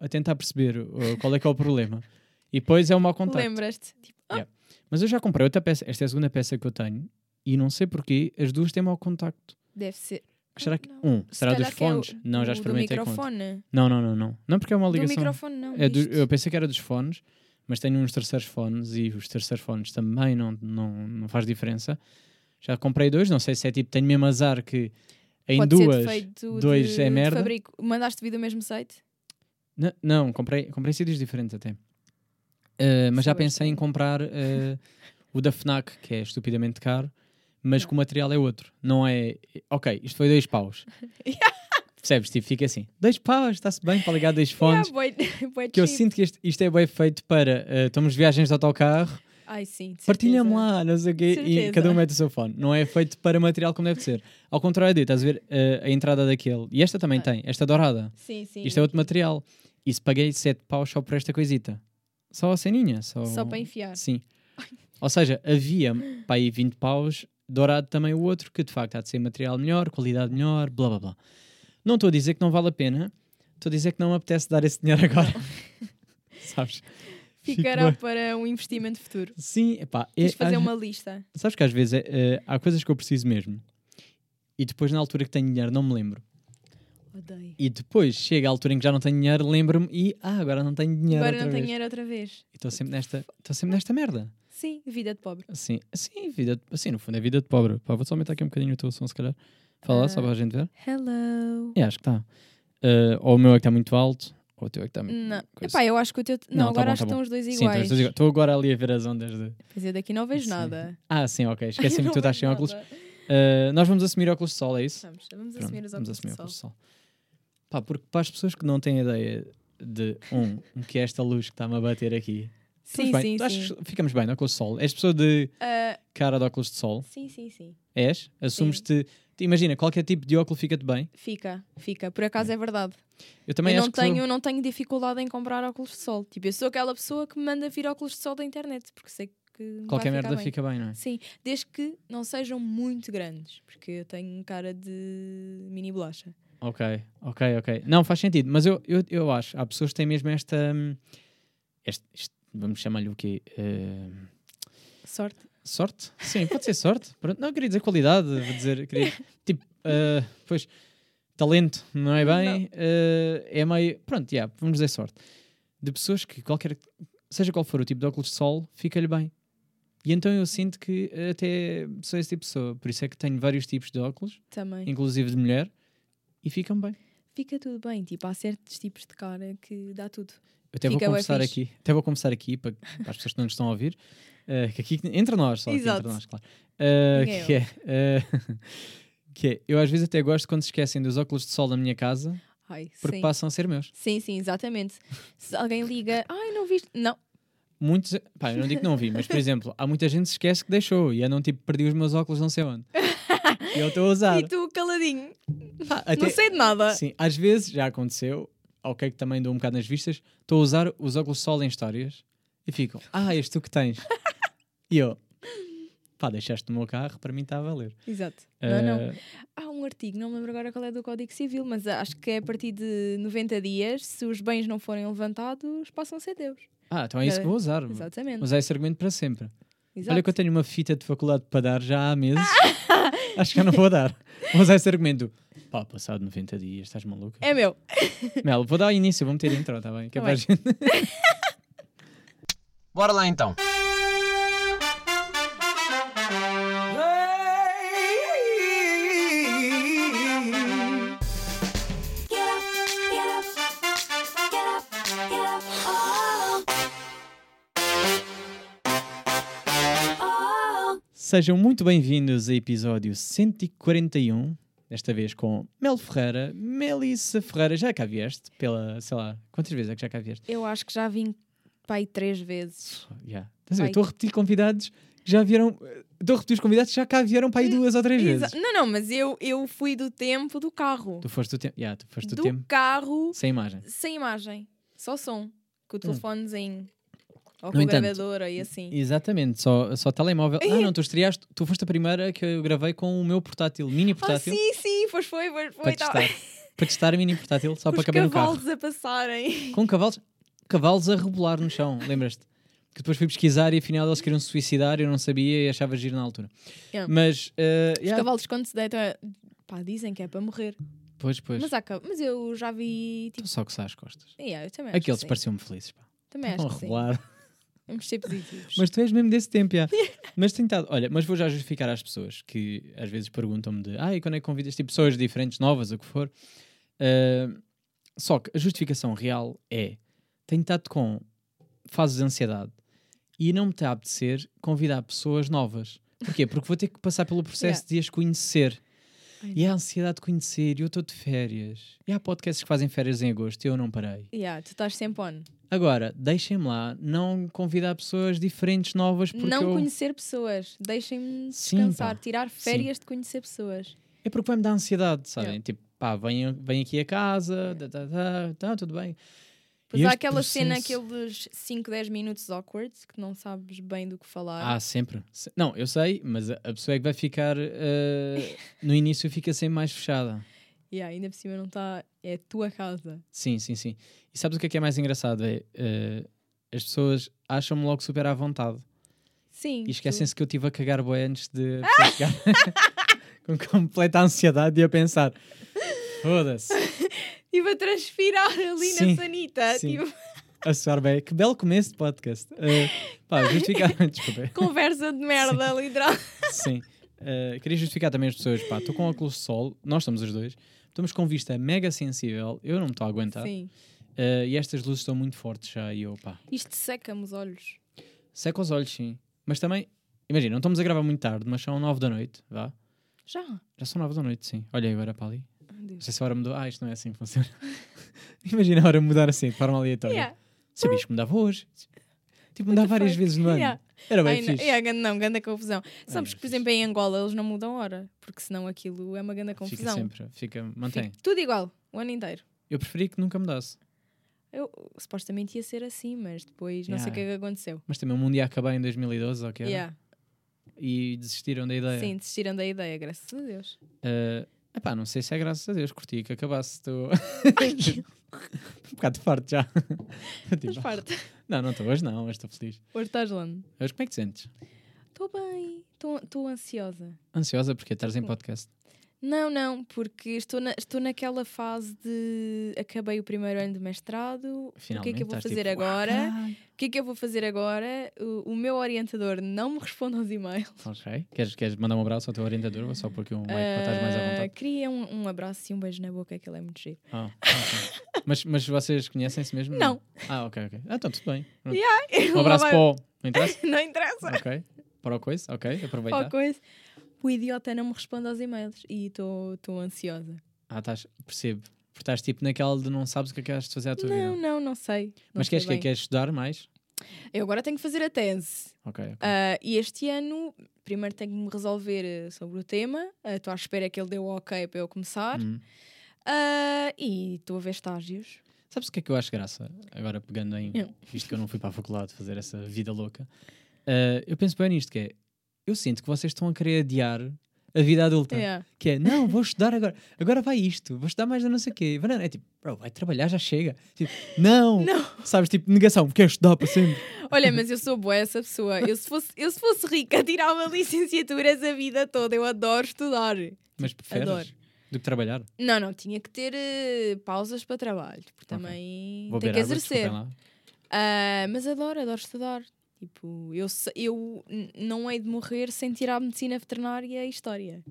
a tentar perceber uh, qual é que é o problema. E depois é o mau contacto. Lembras-te? Tipo, ah, Yeah. Mas eu já comprei outra peça, esta é a segunda peça que eu tenho, e não sei porquê, as duas têm mau contacto. deve ser. Será que. Ah, Não. Um, será dos calhar que é fones? o- não, já o experimentei Do com. microfone. Não, não, não, não. Não, porque é uma Do ligação. microfone, não. É do- disto. eu pensei que era dos fones, mas tenho uns terceiros fones e os terceiros fones também não, não, não faz diferença. Já comprei dois, não sei se é tipo, tenho mesmo azar que em Pode ser duas. defeito dois de, é de merda. fabrico. Mandaste vir do mesmo site? N- Não, comprei, comprei sítios diferentes até. Uh, mas já Sabes pensei em bem. comprar uh, o da FNAC, que é estupidamente caro, mas que o material é outro. Não é. Ok, isto foi dois paus. Percebes? Tipo, fica assim: dois paus, está-se bem para ligar dois fones. Yeah, boy, boy Que eu É Ah, cheap. sinto que este- isto é bem feito para. Uh, estamos de viagens de autocarro, Ai, sim. de partilha-me certeza. lá, não sei o quê, e Certeza. cada um mete o seu fone. Não é feito para material como deve ser. Ao contrário de, estás a ver uh, a entrada daquele. E esta também Ah. tem, esta dourada. Sim, sim. Isto é outro material. E se paguei 7 paus só por esta coisita. Só a ceninha. Só, Só para enfiar. Sim. Ou seja, havia para aí 20 paus, dourado também o outro, que de facto há de ser material melhor, qualidade melhor, blá blá blá. Não estou a dizer que não vale a pena, estou a dizer que não me apetece dar esse dinheiro agora. Sabes? Ficará Fico- para um investimento futuro. Sim, epá, é- Tens de fazer às- uma lista. Sabes que às vezes é, é, há coisas que eu preciso mesmo e depois na altura que tenho dinheiro não me lembro. Odeio. E depois chega a altura em que já não tenho dinheiro, lembro-me e ah, agora não tenho dinheiro. Agora outra não tenho vez. dinheiro outra vez. E Estou sempre nesta, estou sempre nesta merda. Sim, vida de pobre. Assim, assim, vida, de- assim, no fundo é vida de pobre. Pá, vou só aumentar aqui um bocadinho o teu som, se calhar. Fala lá, só Ah. para a gente ver. Hello. É, acho que está. ou o meu é que está muito alto, ou o teu é que está muito. Não. coisa. Epá, eu acho que o teu. Não, Não, tá agora bom, acho tá que bom. estão os dois Sim, estão iguais. os dois iguais. estou agora ali a ver as ondas de. Pois eu daqui não vejo Sim. nada. Ah, sim, ok. Esqueci-me que Não tu estás vejo sem nada. óculos. Ah, nós vamos assumir óculos de sol, é isso? Vamos, vamos Pronto, assumir os vamos óculos de assumir sol. óculos de sol. Pá, porque para as pessoas que não têm ideia de, um, o que é esta luz que está-me a bater aqui. Sim, Estamos sim, bem, Tu achas sim. que ficamos bem, no óculos de sol. És pessoa de Ah, cara de óculos de sol? sim, sim, sim. És? Assumes-te. te- Imagina, qualquer tipo de óculos fica-te bem. Fica, fica. Por acaso é verdade. Eu Hum. também eu acho não que sou- tenho, não tenho dificuldade em comprar óculos de sol. Tipo, eu sou aquela pessoa que me manda vir óculos de sol da internet, porque sei que. me vai qualquer ficar merda bem. fica bem, não é? Sim, desde que não sejam muito grandes, porque eu tenho cara de mini bolacha. Ok, ok, ok. Não, faz sentido, mas eu, eu, eu acho, há pessoas que têm mesmo esta. hum, este- este- vamos chamar-lhe o quê? Eh, Sorte. Sorte? Sim, pode ser sorte. Pronto, Não, eu queria dizer qualidade, vou dizer, queria- tipo, ah, pois, talento, não é bem? Ah, é meio, pronto, yeah, vamos dizer sorte. De pessoas que qualquer, seja qual for o tipo de óculos de sol, fica-lhe bem. E então eu sinto que até sou esse tipo de pessoa, por isso é que tenho vários tipos de óculos, Também. inclusive de mulher, e ficam bem. Fica tudo bem, tipo, há certos tipos de cara que dá tudo. Eu até Fica vou bué começar fixe. aqui, até vou começar aqui para, para as pessoas que não nos estão a ouvir, eh, que aqui entre nós, só aqui Exato. entre nós, claro. Eh, Ninguém que, é, eh, que é, eu às vezes até gosto quando se esquecem dos óculos de sol da minha casa Ai, porque sim. passam a ser meus. Sim, sim, exatamente. Se alguém liga, ai, não viste. Não, Muitos, pá, eu não digo que não vi, mas por exemplo, há muita gente que se esquece que deixou e andam tipo, perdi os meus óculos, não sei onde. E eu estou a usar. e tu caladinho, Pá, até- não sei de nada. Sim, às vezes já aconteceu, ok, que também dou um bocado nas vistas, estou a usar os óculos de sol em histórias e ficam, ah, és tu que tens. e eu, pá, deixaste no meu carro, para mim está a valer. Exato. Não, não. Eh, Há um artigo, não me lembro agora qual é do Código Civil, mas acho que é a partir de 90 dias, se os bens não forem levantados, passam a ser deus. ah, então é isso que vou usar. Exatamente. Mas é esse argumento para sempre. Exato. Olha que eu tenho uma fita de faculdade para dar já há meses. Acho que eu não vou dar. Vou usar esse argumento. Pá, passado 90 dias, estás maluca? É meu. Mel, vou dar início, vou meter intro, está bem? Que é Tá para a bem. gente- Bora lá então. Sejam muito bem-vindos a episódio 141, desta vez com Mel Ferreira, Melissa Ferreira, já cá vieste, pela, sei lá, quantas vezes é que já cá vieste? Eu acho que já vim pai três vezes. Já. Estás a ver, Ai. Estou a repetir convidados que já vieram, estou a repetir os convidados que já cá vieram para aí duas ou três Exa- vezes. Não, não, mas eu, eu fui do tempo do carro. Tu foste do tempo, já, tu foste do, Do tempo, carro sem imagem. sem imagem, só som, com o telefonezinho, ou Hum. No com a entanto, gravadora e assim. Exatamente, só, só telemóvel. Ah, não, tu estreaste, tu foste a primeira que eu gravei com o meu portátil, mini Ah, portátil, sim, sim, pois foi, pois para foi. tá. testar, para testar a mini portátil, só Com para os caber no carro. cavalos a passarem. Com cavalos, cavalos a rebolar no chão, lembras-te? Que depois fui pesquisar e afinal eles queriam se suicidar, eu não sabia e achava giro na altura. Yeah. Mas, eh, Os yeah, cavalos quando se deitam, é- pá, dizem que é para morrer. pois, pois, Mas, há, ca- mas eu já vi, tipo, Estou só a coçar as costas. yeah, eu também acho Aqueles que sim. pareciam-me felizes, pá. Também acho Estão a que sim. rebolar. Vamos ser positivos. Mas tu és mesmo desse tempo, já. mas tenho estado- Olha, mas vou já justificar às pessoas que às vezes perguntam-me de ah, e quando é que convidas tipo, pessoas diferentes, novas, o que for. Ah, só que a justificação real é tenho estado com fases de ansiedade e não me está a apetecer convidar pessoas novas. Porquê? Porque vou ter que passar pelo processo de as conhecer. Ai, E é a ansiedade de conhecer, e eu estou de férias. E há podcasts que fazem férias em agosto, e eu não parei. Yeah, tu estás sempre on. Agora, deixem-me lá não convidar pessoas diferentes, novas, porque não eu... conhecer pessoas. Deixem-me Sim, descansar. pá. Tirar férias de conhecer pessoas. É porque vai-me dar ansiedade, sabem? Yeah. Tipo, pá, vem, vem aqui a casa, tá, tá, tá, tá, tudo bem. Pois E há este aquela cena, processo- aqueles 5, 10 minutos awkward, que não sabes bem do que falar. Ah, sempre. Se- Não, eu sei, mas a a pessoa é que vai ficar. eh, no início fica sempre mais fechada. Yeah, ainda por cima não está. É a tua casa. Sim, sim, sim. E sabes o que é que é mais engraçado? É, eh, as pessoas acham-me logo super à vontade Sim. e tu- esquecem-se que eu estive a cagar boi antes de. a pessoa chegar. Com completa ansiedade e a pensar. Foda-se. Estive a transpirar ali Sim, na sanita. sim. Tipo, A suar bem. Que belo começo de podcast. Eh, pá, justificar. Desculpa. conversa de merda, literal. Sim. Uh, queria justificar também as pessoas. Pá, estou com óculos de sol, nós estamos os dois, estamos com vista mega sensível, eu não me estou a aguentar. Sim. Uh, e estas luzes estão muito fortes já e eu, pá, Isto seca-me os olhos. seca os olhos, sim. Mas também, imagina, não estamos a gravar muito tarde, mas são nove da noite, vá. Já. Já são nove da noite, sim. Olha agora para ali. Ah, Deus. Não sei se a hora mudou. Ah, isto não é assim que funciona. imagina a hora mudar assim, de forma aleatória. Yeah. Sabias que mudava hoje? Tipo, mudava várias fuck? vezes no ano. Yeah. Era bem Ai, não, fixe. é, ganda- não, ganda confusão. Sabes não, é que, por fixe. exemplo, em Angola eles não mudam hora, porque senão aquilo é uma grande Fica confusão. sempre, fica, mantém. Fica tudo igual, o ano inteiro. Eu preferi que nunca mudasse. Eu, supostamente ia ser assim, mas depois não sei o que é que aconteceu. Mas também o mundo ia acabar em 2012, ok? Yeah. E desistiram da ideia. Sim, desistiram da ideia, graças a Deus. Eh, epá, não sei se é graças a Deus, curti que acabasse. Estou um bocado farto já. Estás Tipo, farta. não, não estou hoje, não, hoje estou feliz. Hoje estás longe. Hoje como é que te sentes? Estou bem, estou ansiosa. Ansiosa porque estás em podcast. Não, não, porque estou, na- estou naquela fase de acabei o primeiro ano de mestrado, o que é que eu vou estás fazer tipo, agora? "Ah, O que é que eu vou fazer agora? O, o meu orientador não me responde aos e-mails. Ok. Queres, queres mandar um abraço ao teu orientador? Vou Só porque um mic para estás mais à Ah, vontade. Queria um, um abraço e um beijo na boca, que ele é muito giro. Ah, ok. mas, mas vocês conhecem-se mesmo? Não. Ah, ok, ok. Ah, então tudo bem. Pronto. Ele Um abraço vai- para o. Não interessa? Não interessa. Ok. Para o coisa? Ok, aproveitar. Qual coisa. O idiota não me responde aos e-mails e estou estou ansiosa. Ah, estás, percebo. Porque estás tipo naquela de não sabes o que é que has de fazer à tua Não, vida. não, não sei. Não Mas sei queres que bem. queres estudar mais? Eu agora tenho que fazer a tese. Ok, ok. Ah, e este ano, primeiro tenho que me resolver eh, sobre o tema. Ah, Estou à espera que ele dê o ok para eu começar. Hum. Ah, e estou a ver estágios. Sabes o que é que eu acho graça? Agora pegando em Não. isto que eu não fui para a faculdade fazer essa vida louca. Ah, eu penso bem nisto, que é eu sinto que vocês estão a querer adiar a vida adulta. Yeah. Que é, não, vou estudar agora. Agora vai isto, vou estudar mais a não sei o quê. Vai, não, É tipo, bro, vai trabalhar, já chega. Tipo, não, Não. Sabes, tipo, negação, quero estudar para sempre. Olha, mas eu sou boa essa pessoa. Eu se fosse, eu, se fosse rica, tirava licenciaturas a vida toda. Eu adoro estudar. Mas preferes Adoro. do que trabalhar? Não, não, tinha que ter eh, pausas para trabalho, porque também Vou tem ver que água, desculpem exercer. lá. Ah, mas adoro, adoro estudar. Tipo, eu, se- eu n- não hei de morrer sem tirar medicina veterinária e história.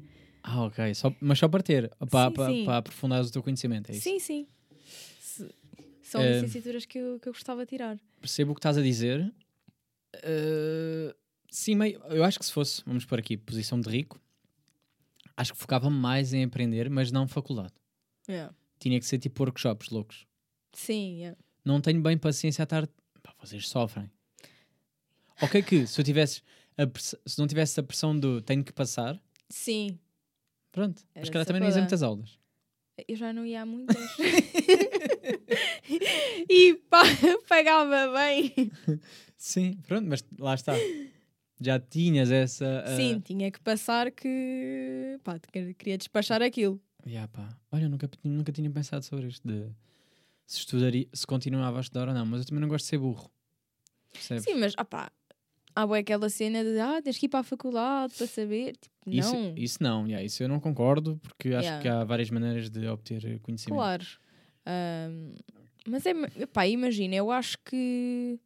Ah, ok. Só, mas só para ter, para, Sim, sim. para aprofundar o teu conhecimento. É isso. sim, sim. Se- são Eh, licenciaturas que eu, que eu gostava de tirar. Percebo o que estás a dizer. Uh, sim, meio, eu acho que se fosse, vamos por aqui, posição de rico, acho que focava mais em aprender, mas não faculdade. Yeah. Tinha que ser tipo workshops loucos. Sim, yeah. Não tenho bem paciência à tarde. Pá, vocês sofrem. Ok, que se eu tivesse a press- se não tivesse a pressão do tenho que passar, sim. pronto. Era mas se calhar essa também nem ia para- muitas aulas. Eu já não ia há muitas. e pá, pagava bem. Sim, pronto, mas lá está. Já Ah. tinhas essa. uh, Sim, tinha que passar que. Pá, queria despachar aquilo. Yeah, pá. Olha, eu nunca, pe- nunca tinha pensado sobre isto de se estudaria, se continuava a estudar ou não, mas eu também não gosto de ser burro. Percebes? Sim, mas opá, há bué aquela cena de ah, tens que ir para a faculdade para saber. Tipo, Isso, não, isso não, yeah, isso eu não concordo, porque acho Yeah. que há várias maneiras de obter conhecimento. claro. Ahm, mas é, pá, imagina, eu acho que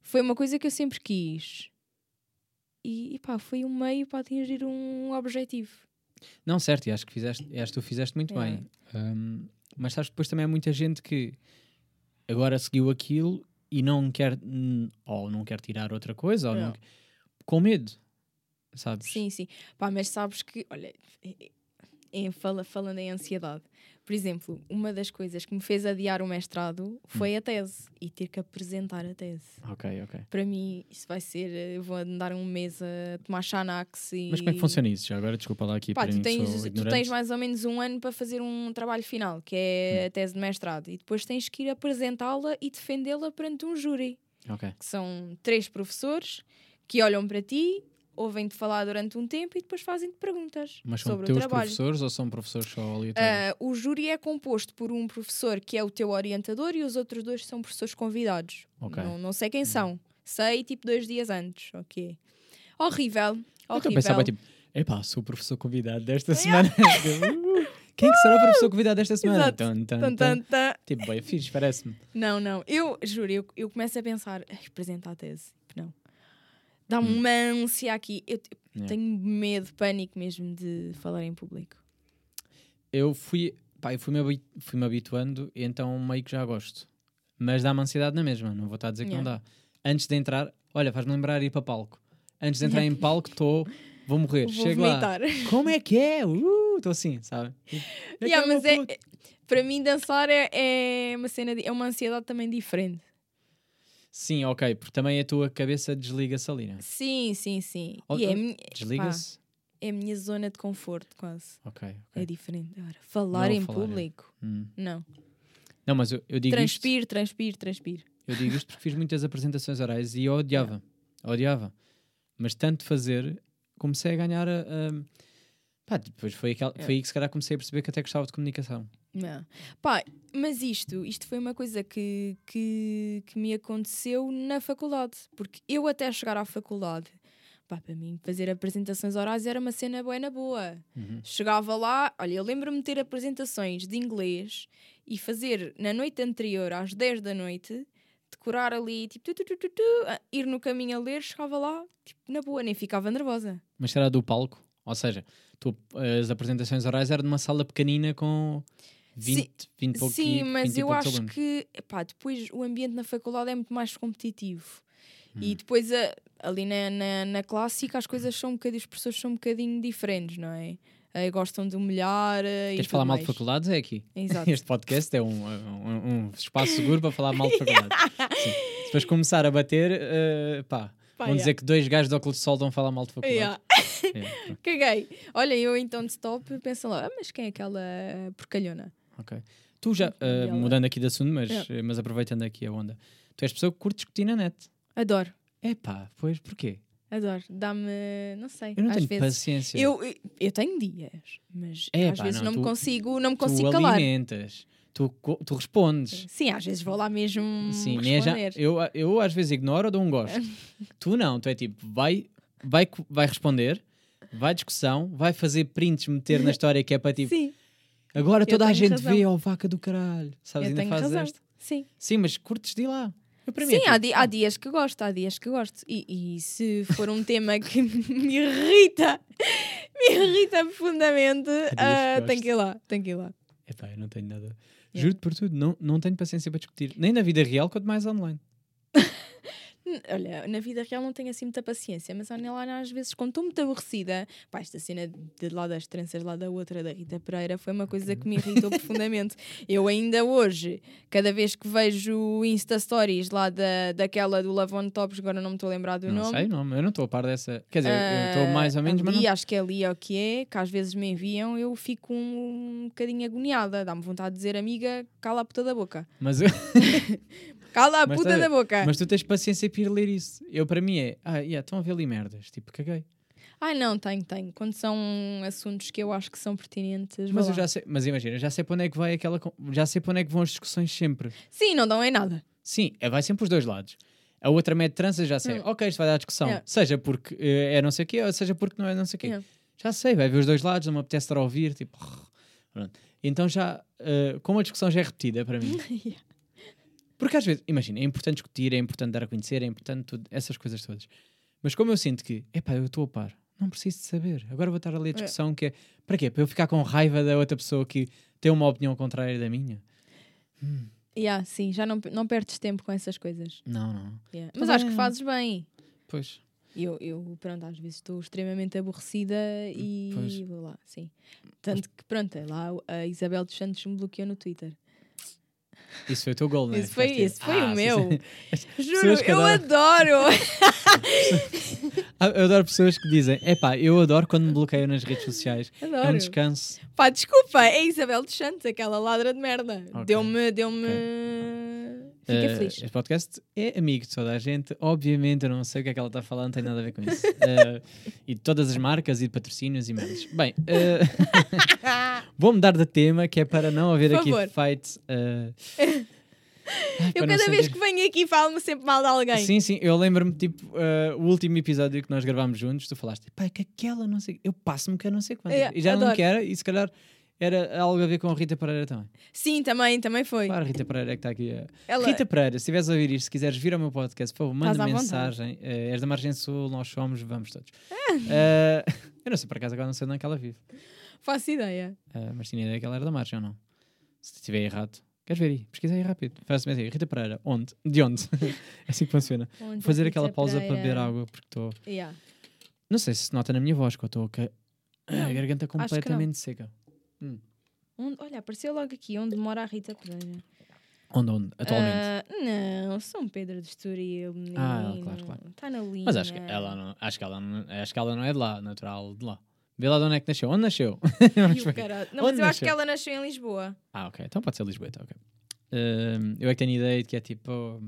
foi uma coisa que eu sempre quis. E, e pá, foi um meio para atingir um objetivo. Não, certo, e acho que fizeste, e acho que tu fizeste muito Yeah. bem. Um, mas sabes que depois também há muita gente que agora seguiu aquilo e não quer, hum, ou não quer tirar outra coisa, ou não Não. que- com medo, sabes? Sim, sim. Pá, mas sabes que, olha, em- em- fala, falando em ansiedade, por exemplo, uma das coisas que me fez adiar o mestrado foi Hum. a tese e ter que apresentar a tese. Ok, ok. Para mim, isso vai ser. eh, Eu vou andar um mês a tomar Xanax e. Mas como é que funciona isso? Já agora, desculpa lá aqui Pá, para tu mim, que tens, sou tu ignorante. Hum. tens mais ou menos um ano para fazer um trabalho final, que é a tese de mestrado, e depois tens que ir apresentá-la e defendê-la perante um júri Ok. que são três professores que olham para ti, ouvem-te falar durante um tempo e depois fazem-te perguntas Mas são sobre o teus trabalho. professores ou são professores só aleatórios? Ah, o júri é composto por um professor que é o teu orientador e os outros dois são professores convidados. Ok. Uhum. Não, não sei quem são. Sei tipo dois dias antes. Ok. eu Horrível. Horrível. pensava tipo, epá, sou o professor convidado desta semana. Uh, Quem é que será o professor convidado desta semana? Exato. Tan, tan, Tan, tan. tan, tan. Tipo, bem fixe, parece-me. Não, não. Eu juro, eu, eu começo a pensar, "Ai, apresenta a tese. Tipo, Não. Dá-me uma ânsia aqui. Eu te- Hum. Yeah. tenho medo, pânico mesmo de falar em público. eu fui, pá, eu fui-me habi- fui-me habituando e então meio que já gosto. Mas dá-me ansiedade na mesma, não vou estar a dizer que não Yeah. dá. Antes de entrar, olha, faz-me lembrar ir para palco. Antes de entrar em palco, estou, vou morrer. Vou Chego vomitar. lá. Como é que é? Estou assim, sabe? Tipo, é que Yeah, é, mas meu é, puto. é- para mim dançar é, é uma cena de- é uma ansiedade também diferente. Sim, ok, porque também a tua cabeça desliga-se ali, né? Sim, sim, sim. Ou- e é, ou- a minha- Desliga-se? é a minha zona de conforto quase. Ok, É ok. diferente. Agora, falar Não em falar, é. público. Hum. Não. Não, mas eu, eu digo isto- Transpiro, transpiro, transpiro. Eu digo isto porque fiz muitas apresentações orais e eu odiava. Odiava. Mas tanto fazer, comecei a ganhar a. a- Pá, depois foi, aquela, É. foi aí que se calhar comecei a perceber que até gostava de comunicação. Não. Pá, mas isto, isto foi uma coisa que, que, que me aconteceu na faculdade. Porque eu até chegar à faculdade, pá, para mim fazer apresentações orais era uma cena bué na boa. Uhum. Chegava lá, olha, eu lembro-me de ter apresentações de inglês e fazer na noite anterior, às 10 da noite, decorar ali, tipo, tu, tu, tu, tu, tu, a- ir no caminho a ler, chegava lá, tipo, na boa, nem ficava nervosa. Mas era do palco. Ou seja, tu- as apresentações orais eram numa sala pequenina com 20, 20 e Um pouco Sim, mas 20 e eu poucos acho alunos. que pá, depois o ambiente na faculdade é muito mais competitivo. Hum. E depois a- ali na, na, na clássica as coisas são um bocadinho, os professores são um bocadinho diferentes, não é? Eh, gostam de humilhar. eh, e Queres tudo falar mal de mais. faculdades? É aqui. Exato. Este podcast é um, um- um espaço seguro para falar mal de faculdades. Sim. Se depois começar a bater, eh, pá, Pá, vão yeah. dizer que dois gajos de óculos de sol vão falar mal de faculdades. Yeah. É. Caguei. Olha, eu então de stop penso lá, ah, mas quem é aquela porcalhona? Ok. Tu já, ah, ela- mudando aqui de assunto, mas, eh, Yeah. mas aproveitando aqui a onda, tu és pessoa que curte discutir na net. Adoro, Epá, pois porquê? adoro. Dá-me, não sei, Eu não às tenho vezes. paciência. Eu, eu, eu tenho dias, mas É, às pá, vezes não, não, me tu- consigo, não me tu consigo calar. alimentas, tu, co- tu respondes. Sim, às vezes vou lá mesmo Sim, nem é já, Hum, responder. eu, eu às vezes ignoro ou dou um gosto. tu não, tu é tipo, vai, vai, co- vai responder, vai discussão, vai fazer prints, meter na história que é para tipo, Sim, agora toda a tenho gente razão. vê, ó vaca do caralho. Sabes, eu ainda tenho fazes razão. esta. Sim, Sim, mas curtes de ir lá. Eu, para mim, é Sim há, tipo, di- há dias que gosto, há dias que gosto. E, e se for um tema que me irrita, me irrita profundamente, dias ah, que tenho gosto. que ir lá, tenho que ir lá. Epá, eu não tenho nada. Yeah. Juro-te por tudo, não, não tenho paciência para discutir. Nem na vida real, quanto mais online. N- Hum, Olha, na vida real não tenho assim muita paciência, mas olha lá, às vezes, quando estou muito aborrecida, pá, esta cena de lá das tranças, lá da outra, da Rita Pereira, foi uma coisa que me irritou profundamente. Eu ainda hoje, cada vez que vejo Insta Stories lá da, daquela do Lavon Tops, agora não me estou a lembrar do não nome. Ah, sei o nome, eu não estou a par dessa. Quer dizer, eu estou mais ou menos, mas E não. acho que é ali é o que é, que às vezes me enviam, eu fico um, bocadinho agoniada. Dá-me vontade de dizer, amiga, cala a puta da boca. Mas, Cala a Mas puta estás a da boca. mas tu tens paciência para ir ler isso. Eu, para mim, é. Ah, yeah, estão a ver ali merdas. Tipo, caguei. Ah, não, tenho, tenho. Quando são assuntos que eu acho que são pertinentes. Mas, vou eu lá. já sei, mas imagina, já sei para onde é que vai aquela. con- Já sei para onde é que vão as discussões sempre. Sim, não dão em nada. Sim, é- vai sempre os dois lados. A outra mete tranças, já sei. Hum. Ok, isto vai dar discussão. Yeah. Seja porque eh, é não sei o quê, ou seja porque não é não sei o quê. Yeah. Já sei, vai ver os dois lados, não me apetece estar a ouvir. Tipo, pronto. Então já, eh, como a discussão já é repetida para mim. Yeah. Porque às vezes, imagina, é importante discutir, é importante dar a conhecer, é importante tudo, essas coisas todas. Mas como eu sinto que, epá, eu estou a par, não preciso de saber. Agora vou estar ali a discussão que é, para quê? Para eu ficar com raiva da outra pessoa que tem uma opinião contrária da minha? Yeah, sim, já não, não perdes tempo com essas coisas. Não, não. Yeah. Tá Mas acho que bem. fazes bem. Pois. Eu, eu, pronto, às vezes estou extremamente aborrecida e Pois. vou lá, sim. Tanto que, pronto, é lá a Isabel dos Santos me bloqueou no Twitter. Isso foi o teu gol, não é? Isso foi, Ficaste a- isso foi Ah, o sim, meu. sim. Juro, que eu adoro. Ah, Eu adoro pessoas que dizem, epá, eu adoro quando me bloqueiam nas redes sociais. É um adoro. descanso. Pá, desculpa, é Isabel dos Santos, aquela ladra de merda. Ok. Deu-me, deu-me. Fiquei Eh, feliz. Este podcast é amigo de toda a gente. Obviamente, eu não sei o que é que ela está falando, não tem nada a ver com isso. Eh, e de todas as marcas e de patrocínios e merdas. Bem, eh, vou mudar de tema, que é para não haver Por aqui favor. fights. eh, ai, para Eu Tipo, não cada vez sentir- que venho aqui falo-me sempre mal de alguém. Sim, sim, eu lembro-me, tipo, eh, o último episódio que nós gravámos juntos, tu falaste, pá, é que aquela não sei, eu passo-me que eu não sei quanto. É, e já não adoro. quero, e se calhar era algo a ver com a Rita Pereira também. Sim, também, também foi. Claro, a Rita Pereira é que está aqui. eh. Ela- Rita Pereira, se estiveres a ouvir isto, se quiseres vir ao meu podcast, por favor, manda à vontade. É. mensagem. Eh, és da Margem Sul, nós somos, vamos todos. Eh, eu não sei, por acaso, agora não sei onde é que ela vive. Faço ideia. Eh, mas tinha ideia que ela era da Margem ou não? Se estiver errado, queres ver aí? Pesquisa aí rápido. Faz-me assim, Rita Pereira, onde? De onde? é assim que funciona. Vou fazer aquela pausa para beber água, porque estou. Yeah. Não sei se se nota na minha voz, que eu estou com a- a Não, garganta não. completamente seca. Onde- olha, apareceu logo aqui onde mora a Rita Pereira. Onde, onde? Atualmente. Ah, não, São Pedro de Estoril. Menino. Ah, claro, claro. Está na linha. Mas acho que, ela não, acho, que ela não, acho que ela não é de lá, natural de lá. Vê lá de onde é que nasceu. Onde nasceu? E o caralho. Não, mas Onde eu acho que nasceu? ela nasceu em Lisboa. ah, ok. Então pode ser Lisboeta, ok. Ahm, eu é que tenho ideia de que é tipo.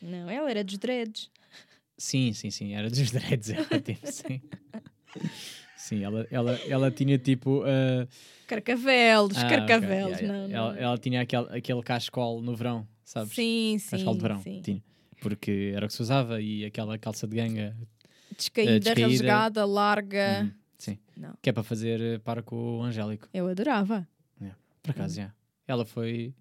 Não, ela era dos dreads. Sim, sim, sim. Era dos dreads. Ela, tipo, sim. Sim, ela, ela, ela tinha tipo. ah, Carcavelos, ah, ok, carcavelos. yeah, yeah. Não, Ela, não. ela tinha aquele, aquele cascol no verão, sabes? Sim, sim. Cascal de verão, Tipo, sim. tinha. Porque era o que se usava e aquela calça de ganga, Descaída, Eh, descaída. rasgada, larga. Uhum, sim. Ah, Não. que é para fazer eh, par com o Angélico. Eu adorava. Por acaso, Hum. já. Ela foi,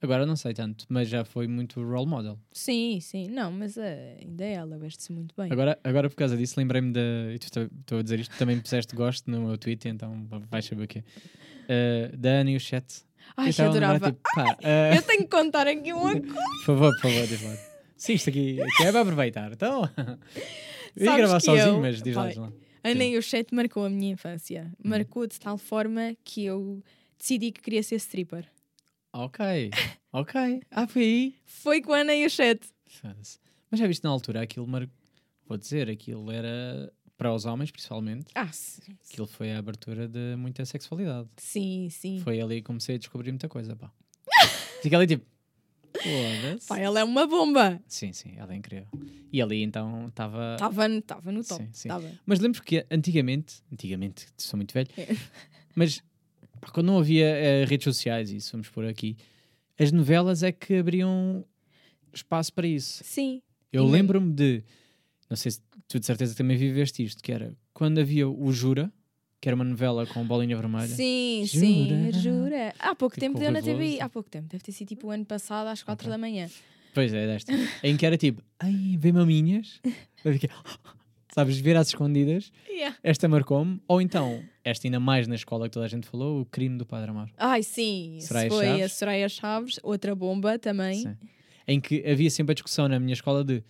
agora não sei tanto, mas já foi muito role model. Sim, sim. Não, mas eh, ainda é ela, veste-se muito bem. Agora, agora por causa disso, lembrei-me da. e tu tá- Estou a dizer isto, também me puseste gosto no meu tweet, então vais saber o quê. Eh, da Ana e o chat. Ai, eu estava a lembrar, adorava. tipo, pá, eh, Eu tenho que contar aqui um uma coisa. por favor, por favor, diz lá. Sim, isto aqui, aqui é para aproveitar. Então. Eu ia Sabes gravar que sozinho, eu- mas diz lá, Vai. diz lá. Ana e Ah, o Chet marcou a minha infância. Hum. Marcou de tal forma que eu decidi que queria ser stripper. Ok, ok. Ah, foi aí. Foi com a Ana e o Chet. Foda-se. Mas já viste na altura aquilo, mar... vou dizer, aquilo era para os homens principalmente. Ah, sim. Aquilo foi a abertura de muita sexualidade. Sim, sim. Foi ali que comecei a descobrir muita coisa, pá. Fica ali tipo. Foda-se. Pá, ela é uma bomba. Sim, sim, ela é incrível. E ali então estava. Estava no, tava no top. Sim, sim. Tava. Mas lembro que antigamente, antigamente, sou muito velho, mas pá, quando não havia eh, redes sociais, e isso vamos por aqui, as novelas é que abriam espaço para isso. Sim. Eu Sim. lembro-me de, não sei se tu de certeza também viveste isto, que era quando havia o Jura, que era uma novela com bolinha vermelha. Sim, Jura? sim, jura. Há pouco Tipo, tempo deu na TV. horroroso. Há pouco tempo. Deve ter sido tipo o ano passado, às quatro Ok. da manhã. Pois é, desta. em que era tipo, ai, vê maminhas, Eu fiquei, "Oh, sabes, ver às escondidas, Yeah. esta marcou-me, ou então, esta ainda mais na escola que toda a gente falou, o crime do Padre Amaro. Ai, sim. isso Soraya foi a Chaves. Soraya Chaves, outra bomba também. Sim. Em que havia sempre a discussão na minha escola de,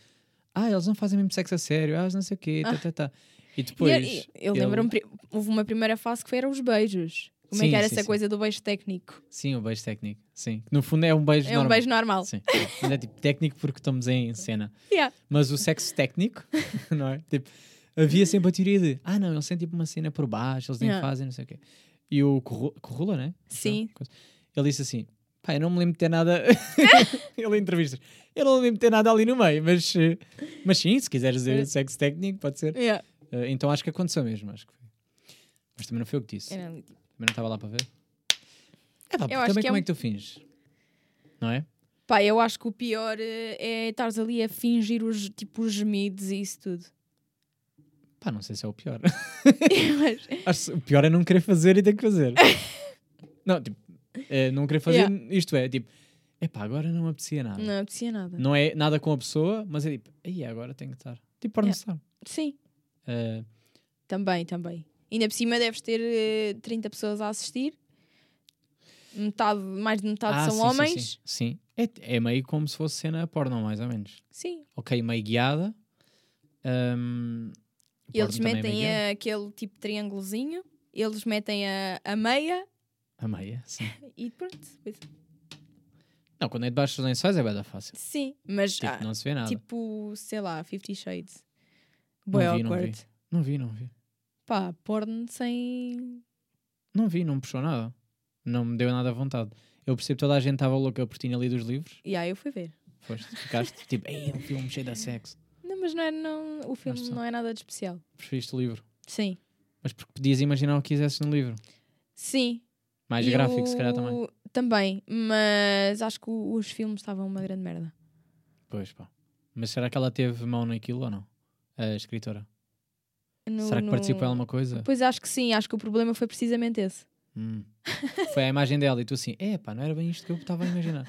ah, eles não fazem mesmo sexo a sério, ah, eles não sei o quê, tá, tá, tá. E E depois. eu- e eu ele- lembro-me, pri- houve uma primeira fase que foi, eram os beijos. Como é Sim, que era sim, essa sim. coisa do beijo técnico? Sim, o beijo técnico. Sim. No fundo é um beijo É um normal. beijo normal. Sim. Mas é tipo técnico porque estamos em cena. Yeah. Mas o sexo técnico, não é? Tipo, havia sempre a teoria de ah, não, eles têm tipo uma cena por baixo, eles nem Yeah. fazem, não sei o quê. E o Corru- Corrula, né? Sim. Coisa. Ele disse assim: pá, eu não me lembro de ter nada. Ele em entrevistas. Eu não me lembro de ter nada ali no meio, mas, eh, mas sim, se quiseres dizer sexo técnico, pode ser. Yeah. Eh, então acho que aconteceu mesmo, acho que foi. Mas também não foi eu que disse. Era ali, tipo, Também não estava lá para ver. É pá, porque acho também que é como é, um- que tu finges? Não é? Pá, eu acho que o pior eh, é estares ali a fingir os, tipo, os gemidos e isso tudo. Pá, não sei se é o pior. Eu acho- Acho que o pior é não querer fazer e ter que fazer. não, tipo, é, não querer fazer, isto é, tipo, é pá, agora não me apetecia nada. Não. não apetecia nada. é nada com a pessoa, mas é tipo, aí agora tenho que estar. Tipo, por Yeah. necessário. Sim, Eh, também, também. Ainda por cima deves ter eh, 30 pessoas a assistir. Metade, mais de metade ah, são sim, sim, homens. Sim, sim. É, é meio como se fosse cena porno, mais ou menos. Sim. Ok, meio guiada. Ahm, E Eles porno também é meio metem guiada. eh, aquele tipo triângulozinho, eles metem a, a meia A meia, sim. e pronto. depois- Não, quando é debaixo dos lençóis é bem fácil. Sim, mas Tipo, ah, não se vê nada. tipo, sei lá, 50 Shades. Não Boy vi, não vi. awkward. Não vi, não vi. Pá, porno sem. Não vi, não me puxou nada. Não me deu nada à vontade. Eu percebo que toda a gente estava louca porque tinha lido os livros. E aí eu fui ver. Foste, ficaste tipo, ei, é um filme cheio de sexo. Não, mas não é. Não, o filme Mas só- não é nada de especial. Preferiste o livro. Sim. Mas porque podias imaginar o que quisesses no livro. Sim. Mais e gráfico, o- se calhar também. Também, mas acho que o- os filmes estavam uma grande merda. Pois pá. Mas será que ela teve mão naquilo ou não? A escritora. No- será que no- participou em alguma coisa? Pois acho que sim, acho que o problema foi precisamente esse. Hum. Foi a imagem dela e tu assim, é pá, não era bem isto que eu estava a imaginar.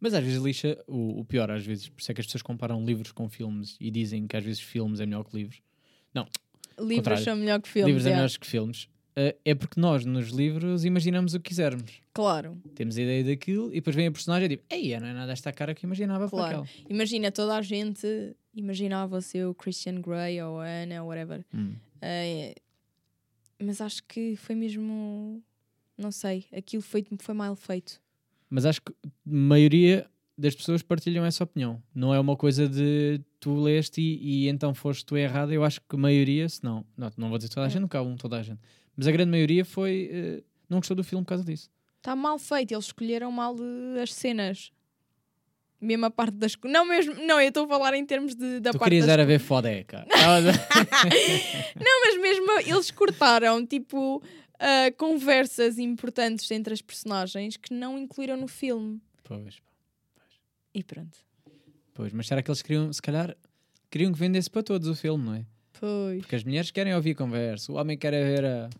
Mas às vezes lixa, o, o pior às vezes, por isso é que as pessoas comparam livros com filmes e dizem que às vezes filmes é melhor que livros. Livros Contrário. são melhor que filmes. livros é é. melhores que filmes. Ah, é porque nós nos livros imaginamos o que quisermos. Claro. Temos a ideia daquilo e depois vem a personagem e diz, ei, não é nada esta cara que eu imaginava para Claro. aquela. Imagina toda a gente, imaginava se o Christian Grey ou a Anna ou whatever. Hum. Eh, mas acho que foi mesmo. Não sei, aquilo foi, foi mal feito. Mas acho que a maioria das pessoas partilham essa opinião. Não é uma coisa de tu leste e, e então foste tu errada. Eu acho que a maioria, se não, não, não vou dizer toda a É. gente, porque há um toda a gente. Mas a grande maioria foi. eh, não gostou do filme por causa disso. Está mal feito, eles escolheram mal eh, as cenas. Mesmo a parte das. co- Não, mesmo, não eu estou a falar em termos de, da tu parte querias das. era ver fodeca. Estavas a- Não, mas mesmo eles cortaram, tipo, eh, conversas importantes entre as personagens que não incluíram no filme. pois, pá, E pronto. pois, mas será que eles queriam, se calhar, queriam que vendesse para todos o filme, não é? Pois. Porque as mulheres querem ouvir conversa, o homem quer é ver a.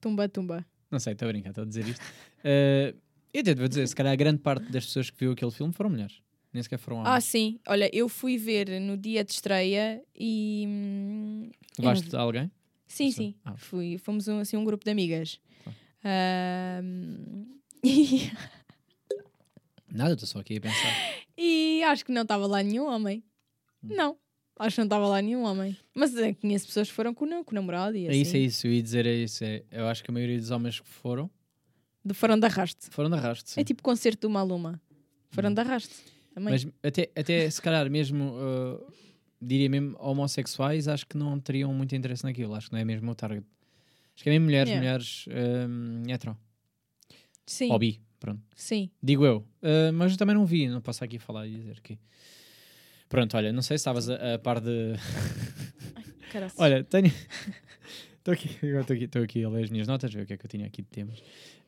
Tumba, tumba. Não sei, estou a brincar, estou a dizer isto. Eh, eu até te vou dizer, se calhar a grande parte das pessoas que viu aquele filme foram mulheres. Nem sequer foram Ah, homens. sim. Olha, eu fui ver no dia de estreia e. hum, eu não Levaste alguém? Sim. Sim, sim. Ah. Tá. Fui, fomos um, assim, um grupo de amigas. Claro. Ahm, e, Nada, estou só aqui a pensar. e acho que não estava lá nenhum homem. Hum. Não. Acho que não estava lá nenhum homem. Mas eh, conheço pessoas que foram com, o- com o namorado e é assim. isso, é isso. Eu ia dizer é isso. É, eu acho que a maioria dos homens que foram, De- foram de arrasto. foram de arrasto. sim. Hum. É tipo concerto de uma aluma. Foram de arrasto. Também. Mas até, até se calhar mesmo, uh, diria mesmo, homossexuais, acho que não teriam muito interesse naquilo. Acho que não é mesmo o target. Acho que é mesmo mulheres, Yeah. mulheres um, hetero. sim, Ou bi, pronto. sim. Digo eu. Uh, mas eu também não vi, não posso aqui falar e dizer que... Pronto, olha, não sei se estavas a, a par de... Caraças. Olha, tenho. Estou aqui, agora estou aqui, estou aqui a ler as minhas notas, ver o que é que eu tinha aqui de temas.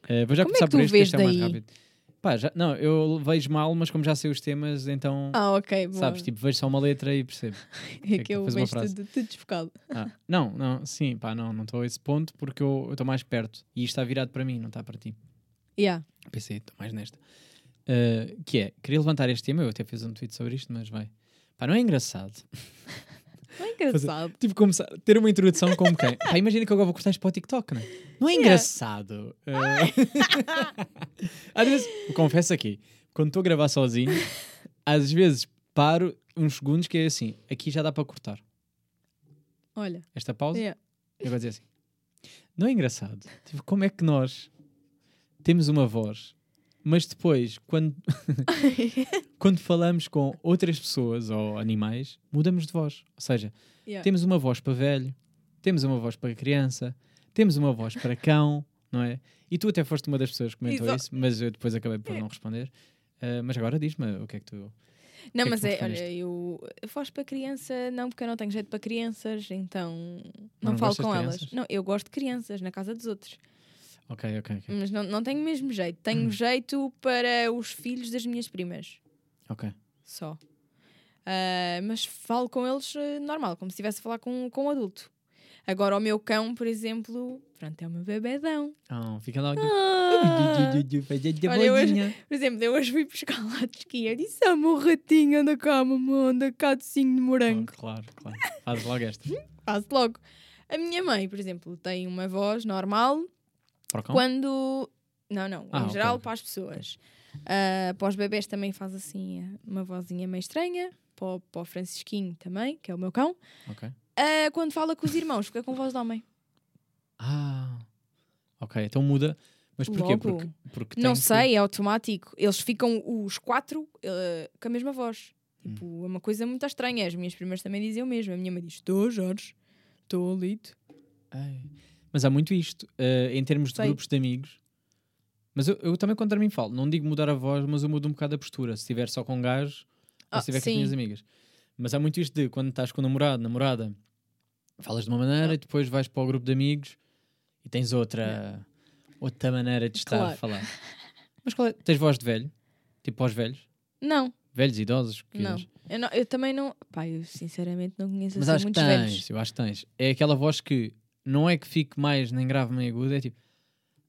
Eh, vou já Como é começar que por tu este, que este vês é mais daí? rápido. Pá, já, não, eu vejo mal, mas como já sei os temas, então. Ah, ok. Boa. Sabes, tipo, vejo só uma letra e percebo. é que, que eu fez uma vejo frase. tudo, tudo desfocado. Ah, não, não, sim, pá, não, não estou a esse ponto porque eu eu estou mais perto e isto está virado para mim, não está para ti. Yeah. É Pensei, estou mais nesta. Eh, que é, queria levantar este tema, eu até fiz um tweet sobre isto, mas vai. Pá, não é engraçado. Não é engraçado. Tipo, começar, ter uma introdução como quem? Pá, imagina que eu agora vou cortar isto para o TikTok, não é? Não é Yeah. engraçado. Eh, às vezes, eu confesso aqui, quando estou a gravar sozinho, às vezes paro uns segundos que é assim, aqui já dá para cortar Olha. esta pausa. Yeah. Eu vou dizer assim, não é engraçado. Tipo, como é que nós temos uma voz, mas depois, quando, quando falamos com outras pessoas ou animais, mudamos de voz. Ou seja, Yeah. temos uma voz para velho, temos uma voz para criança, temos uma voz para cão, não é? E tu até foste uma das pessoas que comentou Exato. isso, mas eu depois acabei por não responder. Ah, mas agora diz-me o que é que tu. Não, que é que mas tu é, preferiste? olha, eu eu faço para criança, não, porque eu não tenho jeito para crianças, então não, Não falo gostas com de elas. crianças? Não, eu gosto de crianças na casa dos outros, Ok, ok, ok. Hum. mas não, não tenho mesmo jeito. Tenho jeito para os filhos das minhas primas, Ok. só. Ah, mas falo com eles eh, normal, como se estivesse a falar com, com um adulto. Agora, o meu cão, por exemplo, pronto, é o meu bebedão. Ah, fica lá. Ah! Olha, eu hoje- bolinha. Por exemplo, eu hoje fui buscar lá de esquia e disse: Ah, meu ratinho, anda cá, mamãe, anda cá, docinho de Oh, morango. claro, claro. Faz logo esta. Faço logo. A minha mãe, por exemplo, tem uma voz normal Para o cão? quando. Não, não, Então? Ah, em ok, geral ok. para as pessoas. Ah, para os bebés também faz assim eh, uma vozinha meio estranha. Para o, para o Francisquinho também, que é o meu cão. Ok. Ah, quando fala com os irmãos, fica com voz de homem. Ah. Ok, então muda. Mas porquê? Logo. Porque, porque não tem que- sei, é automático. Eles ficam os quatro eh, com a mesma voz. Tipo, Hum. é uma coisa muito estranha. As minhas primas também diziam o mesmo. A minha mãe diz: Estou, Jorge, estou lido. Ai. Mas há muito isto, eh, em termos de Sei. grupos de amigos. Mas eu, eu também contra mim falo. Não digo mudar a voz, mas eu mudo um bocado a postura. Se estiver só com gajos ou Ah, se estiver com as sim. minhas amigas. Mas há muito isto de quando estás com o namorado, namorada, falas de uma maneira e depois vais para o grupo de amigos e tens outra, outra maneira de estar a Claro. falar. Mas qual é? Tens voz de velho? Tipo aos velhos? Não, Velhos, idosos? que não. eles- Eu, não- eu também não. Pá, eu sinceramente não conheço Mas assim acho que muitos tens, velhos. eu acho que tens. É aquela voz que não é que fique mais nem grave nem aguda, é tipo,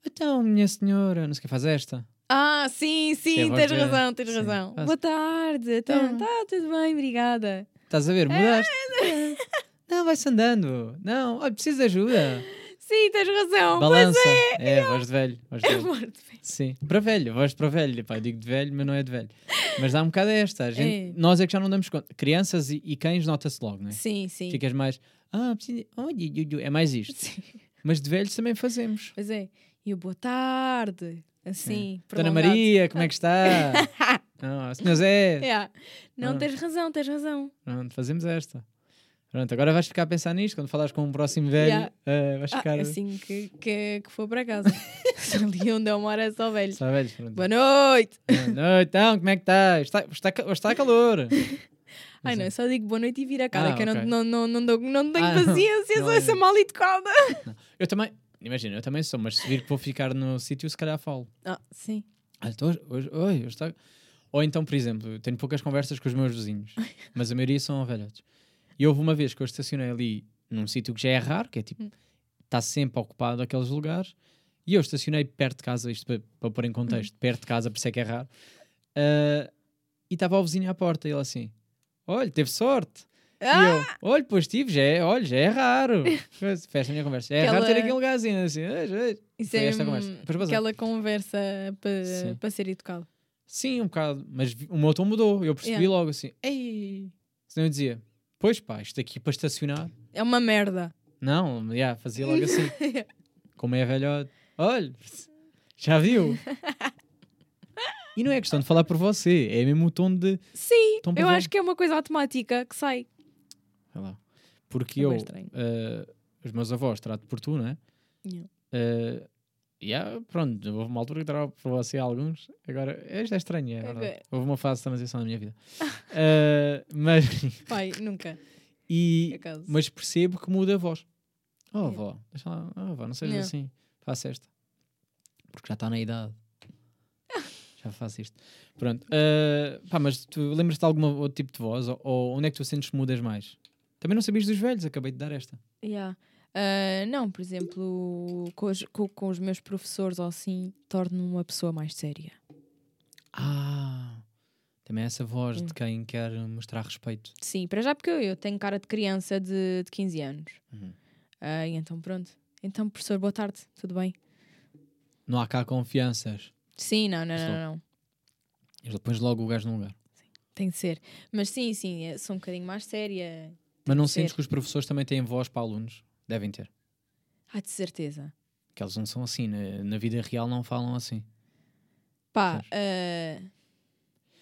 então, minha senhora, não sei o que faz esta. Ah, sim, é a sim, voz tens de- razão, tens sim, razão. faz- Boa tarde, Então. então, tá tudo bem, obrigada. Estás a ver, É. mudaste. não, vai-se andando. Não, olha, preciso de ajuda. Sim, tens razão. Balança. É, voz de velho. Voz de Oh, É velho. morto. Sim, para velho, voz para velho. Pá, eu digo de velho, mas não é de velho. Mas dá um bocado esta. a gente- É. Nós é que já não damos conta. Crianças e, e cães nota-se logo, não é? Sim, sim. Ficas mais. Ah, preciso. olha, iu, iu", é mais isto. sim. Mas de velhos também fazemos. Pois é. E o boa tarde. Assim, Dona prolongado. Maria, como é que está? não, senhor Zé. Yeah. É. Não, Ah. tens razão, tens razão. Pronto, fazemos esta. Pronto, agora vais ficar a pensar nisto quando falares com um próximo velho. Yeah. eh, vais Ah, ficar. assim que, que, que for para casa. Ali onde eu moro é só velho. Só velhos, pronto. Boa noite! Boa noite, então, como é que estás? Está, está, ca- está calor. é. Ai não, eu só digo boa noite e vira a cara, Ah, que eu ok. não, não, não, não, dou- não tenho Ah, não. paciência, Não sou é. essa mal educada. Eu também, imagina, eu também sou, mas se vir que vou ficar no sítio, se calhar falo. Ah, sim. Ah, então hoje, hoje, oi, hoje está... Ou então, por exemplo, eu tenho poucas conversas com os meus vizinhos, mas a maioria são velhotes. E houve uma vez que eu estacionei ali num sítio que já é raro, que é tipo, Hum. está sempre ocupado aqueles lugares, e eu estacionei perto de casa, isto para, para pôr em Hum. contexto, perto de casa, por isso é que é raro, ah, e estava o vizinho à porta, e ele assim, olha, teve sorte. Ah, E eu, olha, pois tive, já é, olha, já é raro. Coisa, Fecha a minha conversa. É raro Aquela- ter aquele lugarzinho assim. "Ei, ei." isso foi é esta a conversa. hum, Depois vazar. aquela conversa para Sim. pa ser educado. Sim, um bocado, mas vi- o meu tom mudou. Eu percebi Yeah. logo assim, ei, senão eu dizia, pois pá, isto aqui para estacionar. É uma merda. Não, yeah, fazia logo assim, como é velhote, olha, já viu? e não é questão de falar por você, é mesmo o tom de. Sim, Tom eu para acho que é uma coisa automática que sai. Sei lá. Porque É eu, bué estranho. eh, os meus avós trato por tu, não é? Yeah. Eh, yeah, pronto, houve uma altura que trato por você assim alguns. Agora, isto é estranho, é Ok. verdade. Houve uma fase de transição na minha vida. Eh, mas, Pai, nunca. e, Acaso. mas percebo que muda a voz. Oh, Yeah. avó, deixa lá, oh, avó, não sejas Yeah. assim, faça esta. Porque já está na idade. já faço isto. Pronto. Uh, pá, mas tu lembras-te de algum outro tipo de voz? Ou, ou onde é que tu sentes que mudas mais? Também não sabias dos velhos, acabei de dar esta. Yeah. Ah, não, por exemplo, com os, com, com os meus professores ou assim, torno-me uma pessoa mais séria. Ah, também é essa voz Hum. de quem quer mostrar respeito. Sim, para já porque eu, eu tenho cara de criança de, de 15 anos. Uhum. Ah, e então pronto. Então, professor, boa tarde, tudo bem? Não há cá confianças. Sim, não, não, Mas não, não. Eles pões logo o gajo no lugar. Tem de ser. Mas sim, sim, eh, sou um bocadinho mais séria. Mas não que sentes ser. que os professores também têm voz para alunos? Devem ter. Ah, de certeza. Que eles não são assim. Na, na vida real não falam assim. Pá, Pois. ah,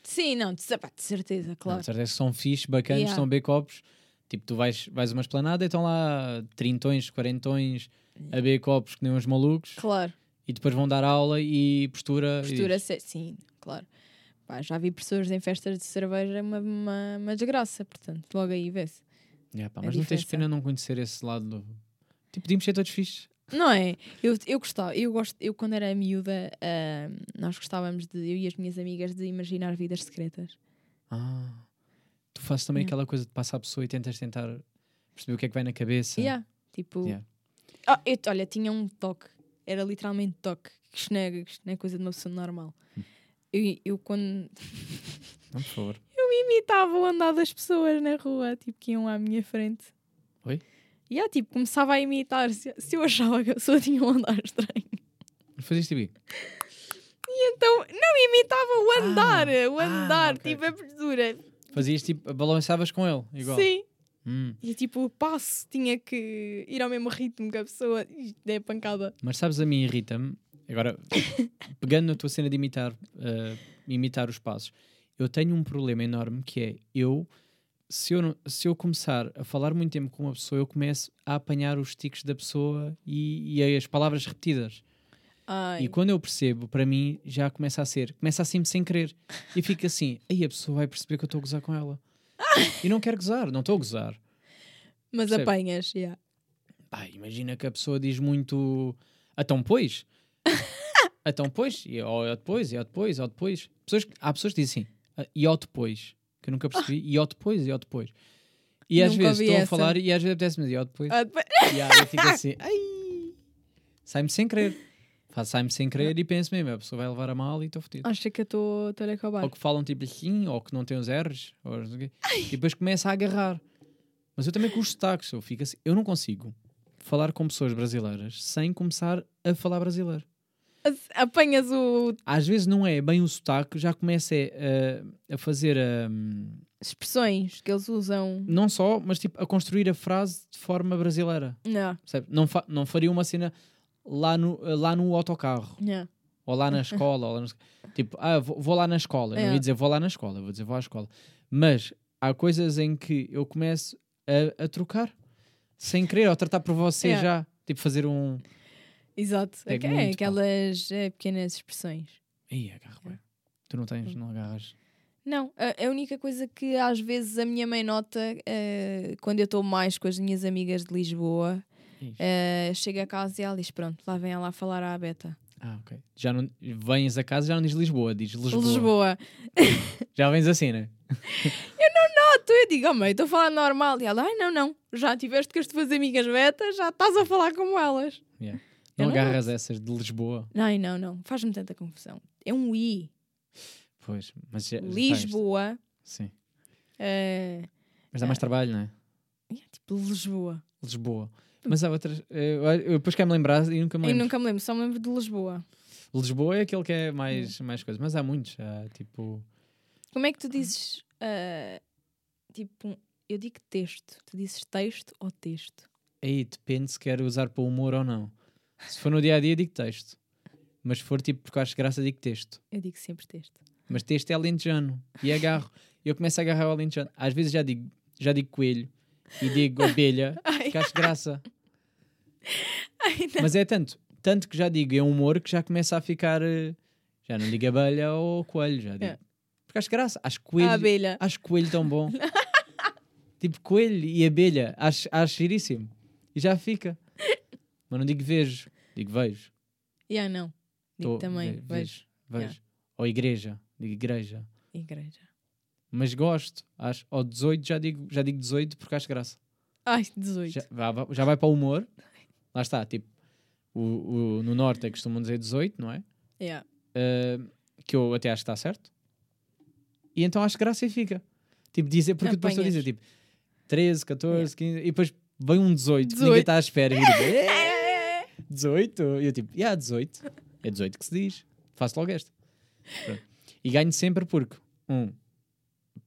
sim, não, de, cer- pá, de certeza, Claro. claro. Não, certo é que são fixe, bacanas, Yeah. são bem copos. Tipo, tu vais, vais a uma esplanada e estão lá trintões, quarentões a beber copos que nem uns malucos Claro, e depois vão dar aula e postura. e postura, diz, sé- sim, claro. Pá, já vi pessoas em festas de cerveja é uma, uma, uma desgraça, portanto, logo aí vê-se. Yeah, pá, A mas não tens é diferença. pena não conhecer esse lado. do- Tipo, podíamos ser todos fixes. Não é? Eu, eu gostava, eu gosto, eu quando era miúda, ah, nós gostávamos de, eu e as minhas amigas, de imaginar vidas secretas. Ah, tu fazes também Yeah. aquela coisa de passar a pessoa e tentas tentar perceber o que é que vai na cabeça. Yeah, tipo. Yeah. Ah, eu- olha, tinha um toque, era literalmente toque, que isto não é, que isto não é coisa de uma pessoa normal. Hum. Eu, eu quando Não, por favor. imitava o andar tá das pessoas na rua, tipo, que iam à minha frente. Oi? E yeah, tipo, começava a imitar se, se eu achava que a pessoa tinha um andar estranho. Fazeste tipo. Então, não imitava o Ah, andar, o ah, andar, ok. tipo, a postura. Fazias tipo, balançavas com ele, igual. Sim. Hum, E tipo, o passo tinha que ir ao mesmo ritmo que a pessoa. Isto é pancada. Mas sabes, a mim irrita-me. Agora, pegando na tua cena de imitar, eh, imitar os passos, eu tenho um problema enorme que é eu. Se eu, não- se eu começar a falar muito tempo com uma pessoa, eu começo a apanhar os tiques da pessoa e, e as palavras repetidas. Ai. E quando eu percebo, para mim, já começa a ser. Começa assim sem querer. E fica assim, aí a pessoa vai perceber que eu estou a gozar com ela. E não quero gozar, não estou a gozar. Mas percebe? apanhas, yeah. Pá, imagina que a pessoa diz muito. Então, pois. Então, pois. E, ou é depois, e ou depois, ou depois. Pessoas, que- há pessoas que dizem assim, "Ah, e ou depois. Que eu nunca percebi. E ou depois, e ou depois. E às Nunca vezes ouvi estou a essa. falar e às vezes apetece-me dizer, e ou depois. Ah, depois- E aí eu fico assim, ai. Sai-me sem querer. Faz- Sai-me sem querer e penso mesmo, a pessoa vai levar a mal e estou fodido. Acha que eu estou a acabar. Ou que falam tipo assim, ou que não têm os R's, ou não sei o quê. e depois começa a agarrar. Mas eu também com os sotaques, eu fico assim, eu não consigo falar com pessoas brasileiras sem começar a falar brasileiro. As- Apanhas o Às vezes não é bem o sotaque, já começa é, a, a fazer a, hum, expressões que eles usam. não só, mas tipo a construir a frase de forma brasileira. Não, percebe? Não, fa- não faria uma cena lá no, eh, lá no autocarro. não. ou lá na escola, ou lá no- tipo, ah, vou, vou lá na escola. Eu não É. ia dizer vou lá na escola, vou dizer vou à escola. Mas há coisas em que eu começo a, a trocar sem querer, ou tratar por você É. já, tipo fazer um. Exato. Pego Ok, muito, pá. aquelas eh, pequenas expressões. Ih, agarra É. bem. Tu não tens, Hum. não agarras. Não, a, a única coisa que às vezes a minha mãe nota eh, quando eu estou mais com as minhas amigas de Lisboa, Ixi. eh, chego a casa e ela diz: Pronto, lá vem ela a falar à Beta. Ah, ok. Já não vens a casa, já não diz Lisboa, diz Lisboa. Lisboa. Já vens assim, né? Então eu digo: Oh, mãe, estou a falar normal. E ela: Ai, não, não. Já tiveste com as tuas amigas Beta, já estás a falar como elas. Yeah. Eu Não, não agarras essas de Lisboa. Ai, não, não. Faz-me tanta confusão. É um I. Pois, mas já, já está isto. Lisboa. Sim. eh, Mas dá mais trabalho, não é? yeah, tipo, Lisboa. Lisboa. Hum. Mas há outras. eh, Eu, eu depois quero me lembrar e nunca me Eu lembro. nunca me lembro, só me lembro de Lisboa. Lisboa é aquele que é Hum. mais, mais coisa, mas há muitos. Há, tipo, Como é que tu dizes? ah, tipo, um- eu digo texto. Tu dizes texto ou texto? aí depende se quer usar para o humor ou não. Se for no dia a dia, digo texto. Mas se for tipo porque acho graça, digo texto. Eu digo sempre texto. Mas texto é alentejano e agarro. Eu começo a agarrar o alentejano. Às vezes já digo, já digo coelho e digo abelha Ai, porque acho graça. ai, não. Mas é tanto, tanto que já digo, é um humor que já começa a ficar. eh, Já não digo abelha ou coelho, já digo. É. Porque acho graça. Acho A coelho Ah, abelha. Acho coelho tão bom. tipo, coelho e abelha. Acho, acho giríssimo. E já fica. Mas não digo vejo. Digo vejo. Yeah, ah, não. Digo Tô- também. ve- vejo. Vejo. Yeah. Ou igreja. Digo igreja. Igreja. Mas gosto. Acho. Ou 18, já digo, já digo 18 porque acho graça. Ai, 18. Já, vá- vá- já vai para o humor. Lá está. Tipo, o, o- no norte é que costumam dizer 18, não é? Yeah. Uh, que eu até acho que está certo. E então acho graça e fica. Tipo, dizer, porque depois estou a dizer Apanhas. tipo 13, 14, 15, e depois vem um 18, que 18. ninguém está à espera. E eu digo, "Eh, 18? E eu tipo, yeah, 18. É 18 que se diz. Faço logo esta. Pronto. E ganho sempre porque, um,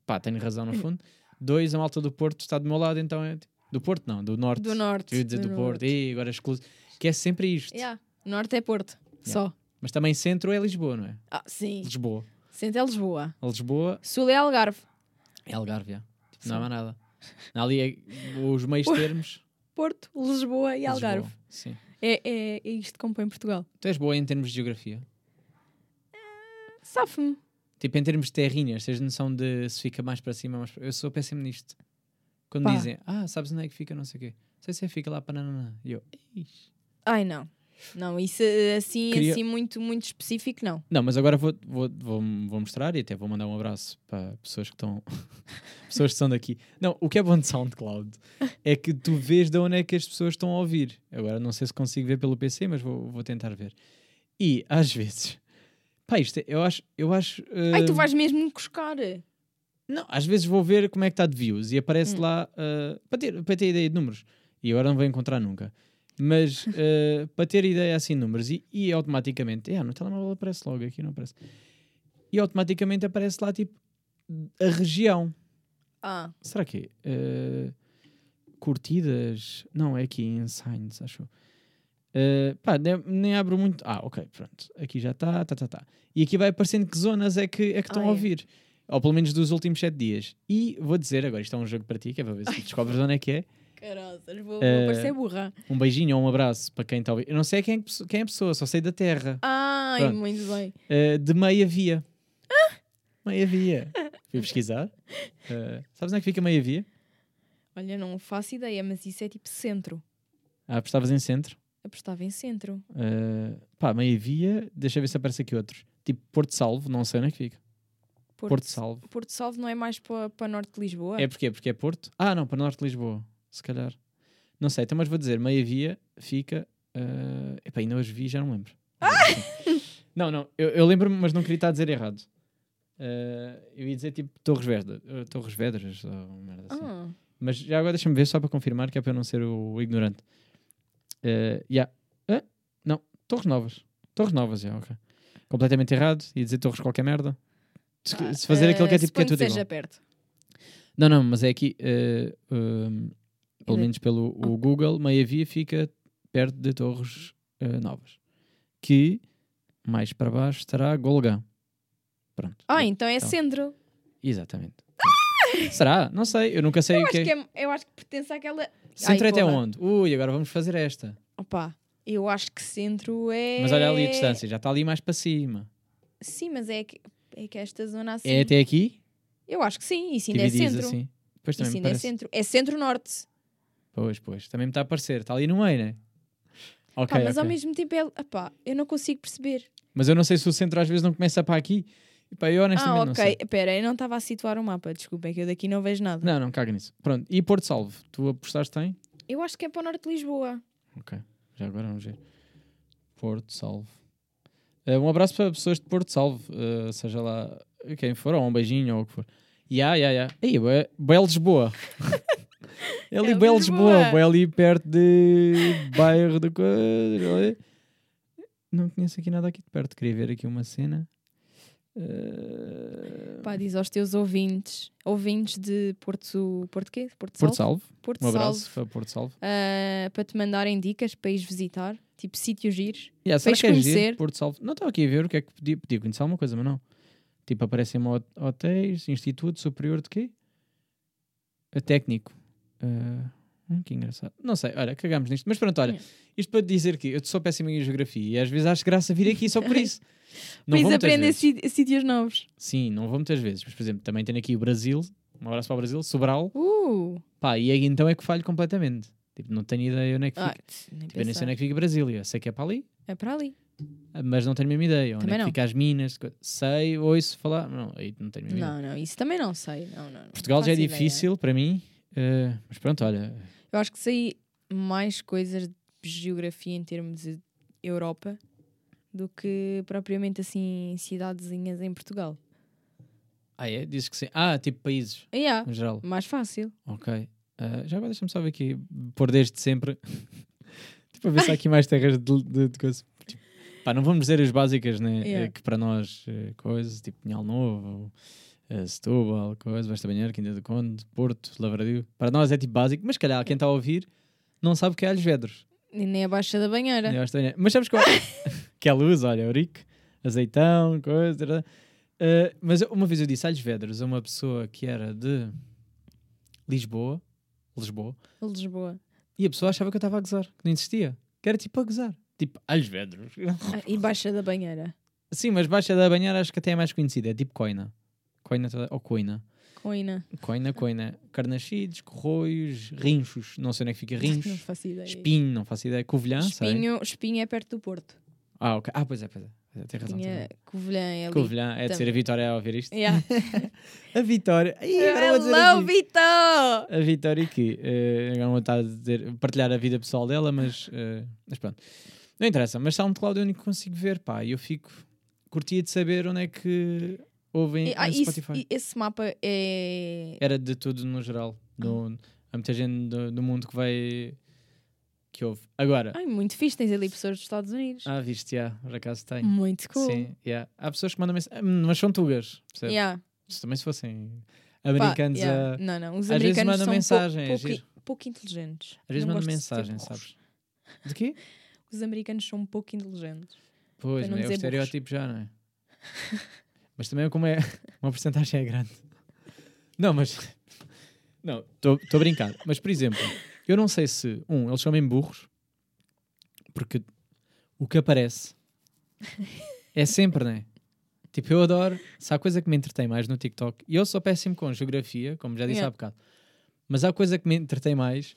pá, tenho razão Hum. no fundo. Dois, a malta do Porto está do meu lado, então é. tipo- Do Porto, não, do Norte. Do norte. Eu ia dizer do, Porto, e agora excluso. Que é sempre isto. Yeah. Norte é Porto. Só. Mas também centro é Lisboa, não é? Ah, sim. Lisboa. Centro é Lisboa. Lisboa Sul é Algarve. É Algarve, já. Tipo, Sim. não há mais nada. Ali é os meios termos. Porto, Lisboa e Algarve. Lisboa, Sim. É, é, é isto que compõe Portugal. Tu és boa em termos de geografia. Sabe-me. Tipo, em termos de terrinhas, tens noção de se fica mais para cima, mais para... Eu sou péssimo nisto. Quando Pá. dizem, ah, sabes onde é que fica, não sei o quê. Não sei se é fica lá para nananã. E eu, "Ixi." Ai, não. Não, isso eh, assim, Queria- assim muito, muito específico, não. Não, mas agora vou, vou, vou, vou mostrar e até vou mandar um abraço para pessoas que estão. pessoas que são daqui. Não, o que é bom de SoundCloud é que tu vês de onde é que as pessoas estão a ouvir. Agora não sei se consigo ver pelo PC, mas vou, vou tentar ver. E às vezes. Pá, isto é- eu acho. Eu acho Ai, tu hum, vais mesmo cuscar. Não, às vezes vou ver como é que está de views e aparece lá ah, para, ter, para ter ideia de números. E agora não vou encontrar nunca. Mas ah, para ter ideia assim de números e, e automaticamente, é, no telemóvel aparece logo, aqui não aparece. E automaticamente aparece lá tipo a região. Ah, Será que é? Ah, curtidas? Não, é aqui em Signs, acho. eu. Ah, pá, nem, nem abro muito. Ah, ok, pronto. Aqui já está, tá, tá, tá. E aqui vai aparecendo que zonas é que é que estão Ah, a é. ouvir. Ou pelo menos dos últimos 7 dias. E vou dizer, agora isto é um jogo para ti, que é para ver se descobres onde é que é. caroças, vou, vou Eh, parecer burra. Um beijinho ou um abraço para quem está a ouvir. Eu não sei quem, é que pesso- quem é a pessoa, só sei da terra. Ai, pronto. muito bem. Ah, de meia via. Ah! Meia via. Fui pesquisar. Ah, sabes onde é que fica meia via? Olha, não faço ideia, mas isso é tipo centro. Ah, apostavas em centro. Apostava em centro. Uh, pá, meia via, deixa eu ver se aparece aqui outros. Tipo Porto Salvo, não sei onde é que fica. Porto, Salvo. Porto Salvo não é mais para para norte de Lisboa? É porque Porque é Porto? Ah, não, para Norte de Lisboa, se calhar. Não sei, então mas vou dizer, meia via fica. Uh... Epá, ainda hoje vi, já não lembro. Não, não, eu, eu lembro-me, mas não queria estar a dizer errado. Uh, eu ia dizer tipo Torres Vedras, Torres Vedras ou uma merda assim. Ah, Mas já agora deixa-me ver só para confirmar que é para eu não ser o ignorante. Eh, já. Hã? não, Torres Novas. Torres Novas, já, ok. Completamente errado. Ia dizer Torres qualquer merda. Se, ah, se fazer aquele que é eh, tipo que é suponho tudo seja igual. perto. Não, não, mas é aqui. eh, hum, pelo Ele- menos pelo Ah. o Google, Meia Via fica perto de Torres eh, Novas. Que mais para baixo estará Golgã. Pronto. Ah, então é Então, centro. Exatamente. Será? Não sei. Eu nunca sei Eu o acho, que é. que é- eu acho que pertence àquela. Centro Ai, até porra. onde? Ui, agora vamos fazer esta. Opa, eu acho que centro é. Mas olha ali a distância, já está ali mais para cima. Sim, mas é que, é que esta zona assim. É até aqui, Eu acho que sim, isso ainda é divididos centro. assim. Pois também Isso me ainda é parece. centro. É centro-norte. Pois, pois. Também me está a parecer. Está ali no meio, né? Ok. Pá, mas ao ok. mesmo tempo é. Epá, eu não consigo perceber. Mas eu não sei se o centro às vezes não começa para aqui. E pá, eu honestamente Ah, não sei. ok. Espera, eu não estava a situar o mapa. Desculpem, que eu daqui não vejo nada. Não, não caga nisso. Pronto. E Porto Salvo? Tu apostaste em? Eu acho que é para o norte de Lisboa. Ok. Já agora vamos ver. Porto Salvo. Eh, um abraço para pessoas de Porto Salvo, eh, seja lá quem for, ou um beijinho, ou o que for. Ya, ya, ya. Ei, bué- bué Lisboa. É ali É bué Lisboa. Lisboa, bué ali perto de bairro do... co- ali. Não conheço aqui nada aqui de perto, queria ver aqui uma cena. Eh, Pá, diz aos teus ouvintes. Ouvintes de Porto. Porto quê? Porto Porto Salvo. Salvo, Porto um abraço Salvo, para Porto Salvo. ah, para te mandarem dicas para ires visitar. Tipo, sítios giros. Yeah, será Vais que é giro? conhecer? Porto Salvo. Não estava aqui a ver o que é que podia, podia conhecer alguma coisa, mas não. Tipo, aparecem-me hot- hotéis, Instituto Superior de quê? A técnico. Ah, hum, que engraçado. Não sei, olha, cagámos nisto. Mas pronto, olha, Hum. isto para te dizer que eu sou péssimo em geografia e às vezes acho graça vir aqui só por isso. Por isso vou muitas aprendem vezes. sí- sítios novos. Sim, não vou muitas vezes. Mas, por exemplo, também tenho aqui o Brasil. Um abraço para o Brasil, Sobral. Uh! Pá, e aí então é que falho completamente. Tipo, não tenho ideia onde é que Ah, fica. nem tipo, eu nem sei pensar. onde é que fica Brasília. Sei que é para ali. É para ali. mas não tenho a mesma ideia. Onde Também é que não. fica as minas? co- Sei, ouço falar. Não, aí não tenho a mínima ideia. Não, não, isso também não sei. Não, não, não Portugal já é faço ideia. difícil para mim, eh, mas pronto, olha. Eu acho que sei mais coisas de geografia em termos de Europa do que propriamente assim cidadezinhas em Portugal. Ah, é? Dizes que sim. Ah, tipo países, Ah, yeah, no geral. mais fácil. Ok. Eh, já agora deixa-me só ver aqui, por desde sempre. tipo, a ver se há aqui mais terras de, de, de coisa. Tipo, pá, não vamos dizer as básicas, né? Yeah. eh, que para nós, eh, coisas, tipo Pinhal Novo, ou, eh, Setúbal, coisa, Basta Banheiro, Quinta do Conde, Porto, Lavradio. Para nós é tipo básico, mas se calhar quem está a ouvir não sabe o que é Alhos Vedros. E nem a Baixa da Banheira. Eu acho estranho. Mas sabes qual? que é a luz, olha, Eurico, azeitão, coisa. tará. Ah, mas eu- uma vez eu disse Alhos Vedros a uma pessoa que era de Lisboa, Lisboa, Lisboa. e a pessoa achava que eu estava a gozar, que não existia. Que era tipo a gozar. Tipo, Alhos Vedros. Ah, e Baixa da Banheira. Sim, mas Baixa da Banheira acho que até é mais conhecida. É tipo Coina. Coina toda- ou Coina. Coina. Coina, Coina. Carnachides, Corroios, Rinchos. Não sei onde é que fica Não Rinchos. faço ideia. Espinho, não faço ideia. Covilhã, sei. Espinho, espinho é perto do Porto. Ah, ok. Ah, pois é, pois é. Tem razão. tem Tinha razão. Covilhã é ali. Covilhã, é de ser a também. É. Vitória a ouvir isto. Yeah. A Vitória. Ih, agora vou dizer a Hello, Vi- Vitor! A Vitória que eh, agora não vou estar a dizer, partilhar a vida pessoal dela, mas, eh, mas pronto. Não interessa, mas SoundCloud é o único que consigo ver, pá. E eu fico. Curtia de saber onde é que ouvem E- ah, no isso- Spotify. e- esse mapa é. Era de tudo no geral. No, Ah. há muita gente do, do mundo que vai. que ouve. Agora. Ai, muito fixe, tens ali pessoas dos Estados Unidos. Ah, viste, já, por acaso tem. Muito Hum, cool. Sim, yeah. há pessoas que mandam mensagem. "Hum, Mas são tugas, percebe? Yeah. Se também se fossem ah, Pá, americanos yeah. a. Não, não, os às vezes americanos mandam são um mensagem, é pouco, pouco, giro. pouco inteligentes. Às vezes Não mandam gosto de ser mensagem, burros. sabes? De quê? Os americanos são um pouco inteligentes. Pois, Para não mas é o dizer burros. estereótipo já, não é? mas também como é uma porcentagem é grande. Não, mas não, estou a brincar. Mas por exemplo, eu não sei se um, eles chamem burros, porque o que aparece é sempre, não é? Tipo, eu adoro. Se há coisa que me entretém mais no TikTok, e eu sou péssimo com geografia, como já disse Yeah. há bocado, mas há coisa que me entretém mais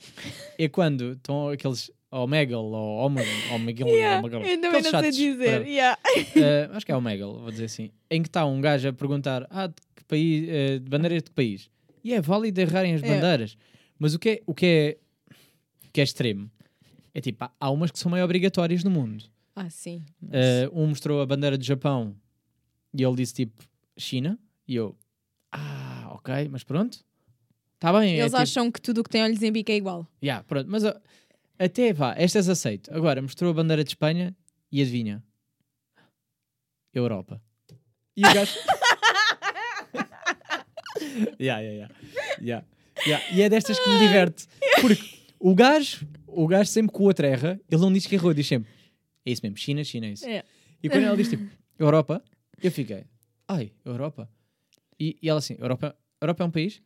é quando estão aqueles Omegle ou Omegle, Omegle, Yeah, Omegle eu também é aqueles não sei chatos, dizer. whatever. yeah. Eh, acho que é o Megal, vou dizer assim, em que está um gajo a perguntar ah, de que país, eh, de bandeiras de que país? E é válido errarem as É. bandeiras, mas o que é, o que é, o que é extremo é tipo, há- há umas que são meio obrigatórias no mundo. Ah, sim. Eh, um mostrou a bandeira do Japão e ele disse tipo China, e eu, ah, ok, mas pronto, está bem, é Eles tipo- acham que tudo o que tem olhos em bico é igual. Ya, pronto, mas ó, até vá, estas aceito. Agora mostrou a bandeira de Espanha e adivinha? Europa. E o gajo. Ya, ya, ya. Ya, ya. E é destas que me diverte. Porque o gajo, o gajo sempre que o outro erra, ele não diz que errou, diz sempre: é isso mesmo, China, China, é isso. É. E quando ela diz tipo Europa, eu fiquei: ai, Europa. E, e ela assim: Europa, Europa é um país?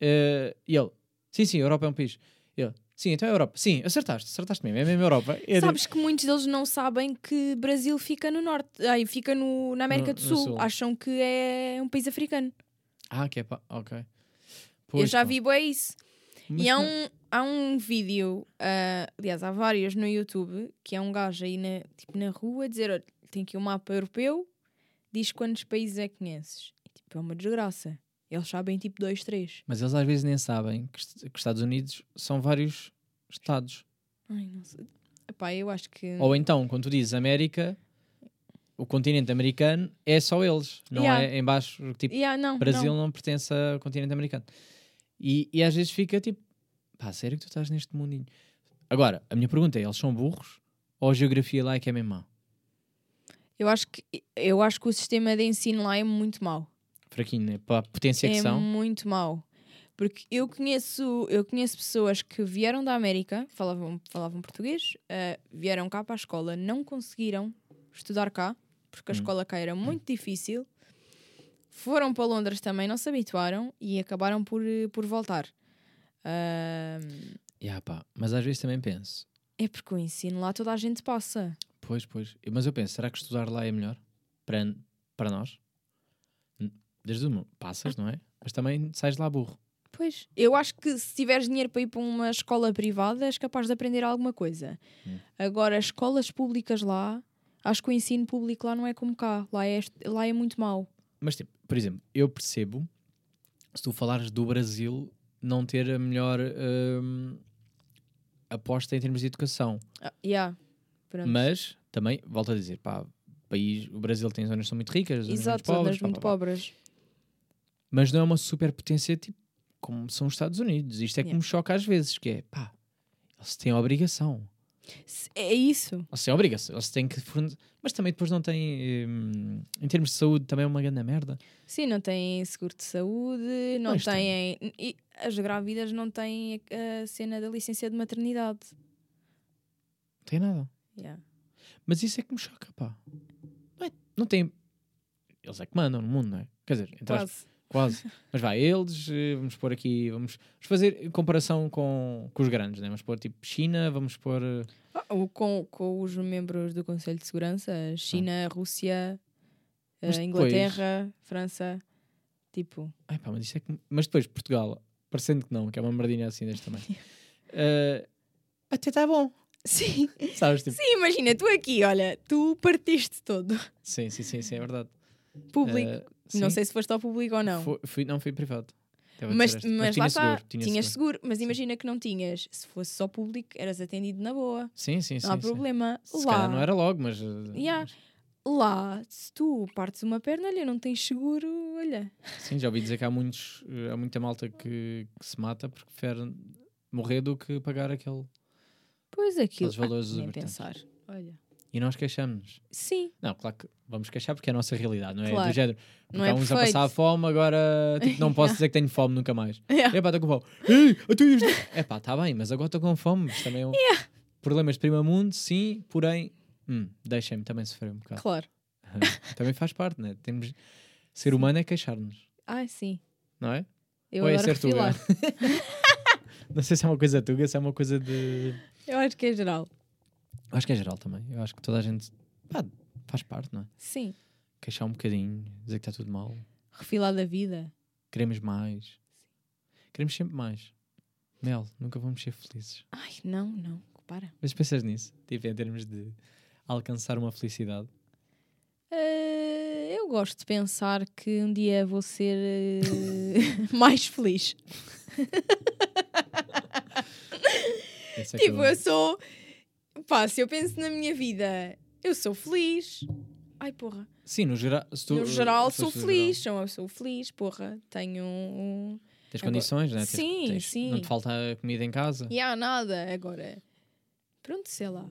Eh, e ele: sim, sim, Europa é um país. E ele: sim, então é Europa. Sim, acertaste, acertaste mesmo, é mesmo Europa. Eu digo, Sabes que muitos deles não sabem que Brasil fica no norte, ai, fica no, na América No- do no Sul. Sul. Acham que é um país africano. ah, que é pá, ok. Eu Pois, já pá. vi bué isso. Mas e há não- um, há um vídeo, ah, aliás, há vários no YouTube, que é um gajo aí na, tipo, na rua a dizer: olha, tem aqui um mapa europeu, diz quantos países é que conheces. E, tipo, é uma desgraça. Eles sabem tipo dois, três. Mas eles às vezes nem sabem que, est- que Estados Unidos são vários estados. Ai, não sei. Epá, eu acho que. Ou então, quando tu dizes América, o continente americano é só eles, não Yeah. é embaixo, tipo. Yeah, não, Brasil não. não. pertence ao continente americano. E, e às vezes fica tipo, pá, sério que tu estás neste mundinho? Agora, a minha pergunta é: eles são burros ou a geografia lá é que é mesmo má? Eu acho, que, eu acho que o sistema de ensino lá é muito mau. Fraquinho, né? Para a potência que é são. muito mau. Porque eu conheço, eu conheço pessoas que vieram da América, falavam, falavam português, eh, vieram cá para a escola, não conseguiram estudar cá, porque a Hum. escola cá era muito difícil. Foram para Londres também, não se habituaram e acabaram por, eh, por voltar. Ah, Ya, pá, mas às vezes também penso, é porque o ensino lá toda a gente passa. pois, pois. Mas eu penso, será que estudar lá é melhor para, para nós? N- Desde o mundo, passas, não é? Mas também sais de lá burro. Pois, eu acho que se tiveres dinheiro para ir para uma escola privada, és capaz de aprender alguma coisa. Hum. Agora, as escolas públicas lá, acho que o ensino público lá não é como cá. Lá é, lá é muito mau. Mas, tipo, por exemplo, eu percebo se tu falares do Brasil não ter a melhor hum, aposta em termos de educação. Ah, yeah. Pronto. Mas também, volto a dizer, pá, país, o Brasil tem zonas que são muito ricas, zonas Exato, muito pobres, zonas pá, muito pá, pá. pobres. mas não é uma superpotência tipo como são os Estados Unidos. Isto é que Yeah. me choca às vezes, que é pá, eles têm a obrigação. Se- É isso. Eles têm a obrigação, eles têm que fornecer, mas também depois não têm, hum, em termos de saúde, também é uma grande merda. Sim, não têm seguro de saúde, não Pois têm. E as grávidas não têm a a cena da licença de maternidade. Não tem nada. Yeah. Mas isso é que me choca, pá. Não, é- não tem. Eles é que mandam no mundo, não é? Quer dizer, entre aspas, Quase. quase. Mas vai, eles, eh, vamos pôr é? aqui, vamos, vamos fazer em comparação com, com os grandes, né? Vamos pôr tipo China, vamos pôr. eh, Ah, Ah, o- com, com os membros do Conselho de Segurança, China, Rússia, eh, Ah. Mas depois- Inglaterra, França, tipo, Ai, pá, mas, isto é que- mas depois Portugal, parecendo que não, que é uma merdinha assim deste tamanho. eh, até está bom. sim, Sabes? Tipo, sim, imagina, tu aqui, olha, tu partiste todo, sim. sim, sim, sim, é verdade. público, Eh, não sim. sei se foste ao público ou não, Fui, fui- não, fui privado. Estava a mas, dizer mas, esta. tinha lá está, seguro, tinha tinhas seguro. seguro, mas imagina que não tinhas, se fosse só público, eras atendido na boa, Sim, sim, sim. não há sim. problema, Se lá, calhar não era logo, mas. eh, Yeah. lá, se tu partes uma perna, olha, não tens seguro, olha, mas- Sim, já ouvi dizer que há, muitos, eh, há muita malta que, que se mata porque prefere morrer do que pagar aquele. pois aquilo, Ah, Aqueles valores nem exorbitantes. pensar, olha, E nós queixamos-nos. sim, Não, claro que vamos queixar porque é a nossa realidade, não é? Claro. Do género. Porque Não há é uns a perfeito. passar fome, agora tipo, não posso dizer que tenho fome nunca mais. Yeah. Epá, estou com fome. Ei, eu tenho isto. Epá, está bem, mas agora estou com fome. Isto também é um... Problemas de prima mundo, sim, porém, hum, deixem-me também sofrer um bocado. Claro. também faz parte, né? Temos... Ser humano é queixar-nos, Ai, sim. não é? Eu Ou é adoro ser tuga? refilar. Não sei se é uma coisa tuga, se é uma coisa de. Eu acho que é geral. Eu acho que é geral também. Eu acho que toda a gente pá, faz parte, não é? Sim. Queixar um bocadinho, dizer que está tudo mal. Refilar da vida. Queremos mais. Queremos sempre mais. Mel, nunca vamos ser felizes. Ai, não, não. Para. Mas pensas nisso? Tipo, em termos de alcançar uma felicidade. Eh, eu gosto de pensar que um dia vou ser eh, mais feliz. Esse é que tipo, eu- eu sou. Pá, se eu penso na minha vida, eu sou feliz. Ai, porra. Sim, no, gera... se tu- no geral, se fosse sou no feliz. Sou eu sou feliz, porra. Tenho um. geral. Tens Agora- condições, né? Tens- Sim, tens- sim. Não te falta comida em casa. E há nada. Agora. Pronto, sei lá.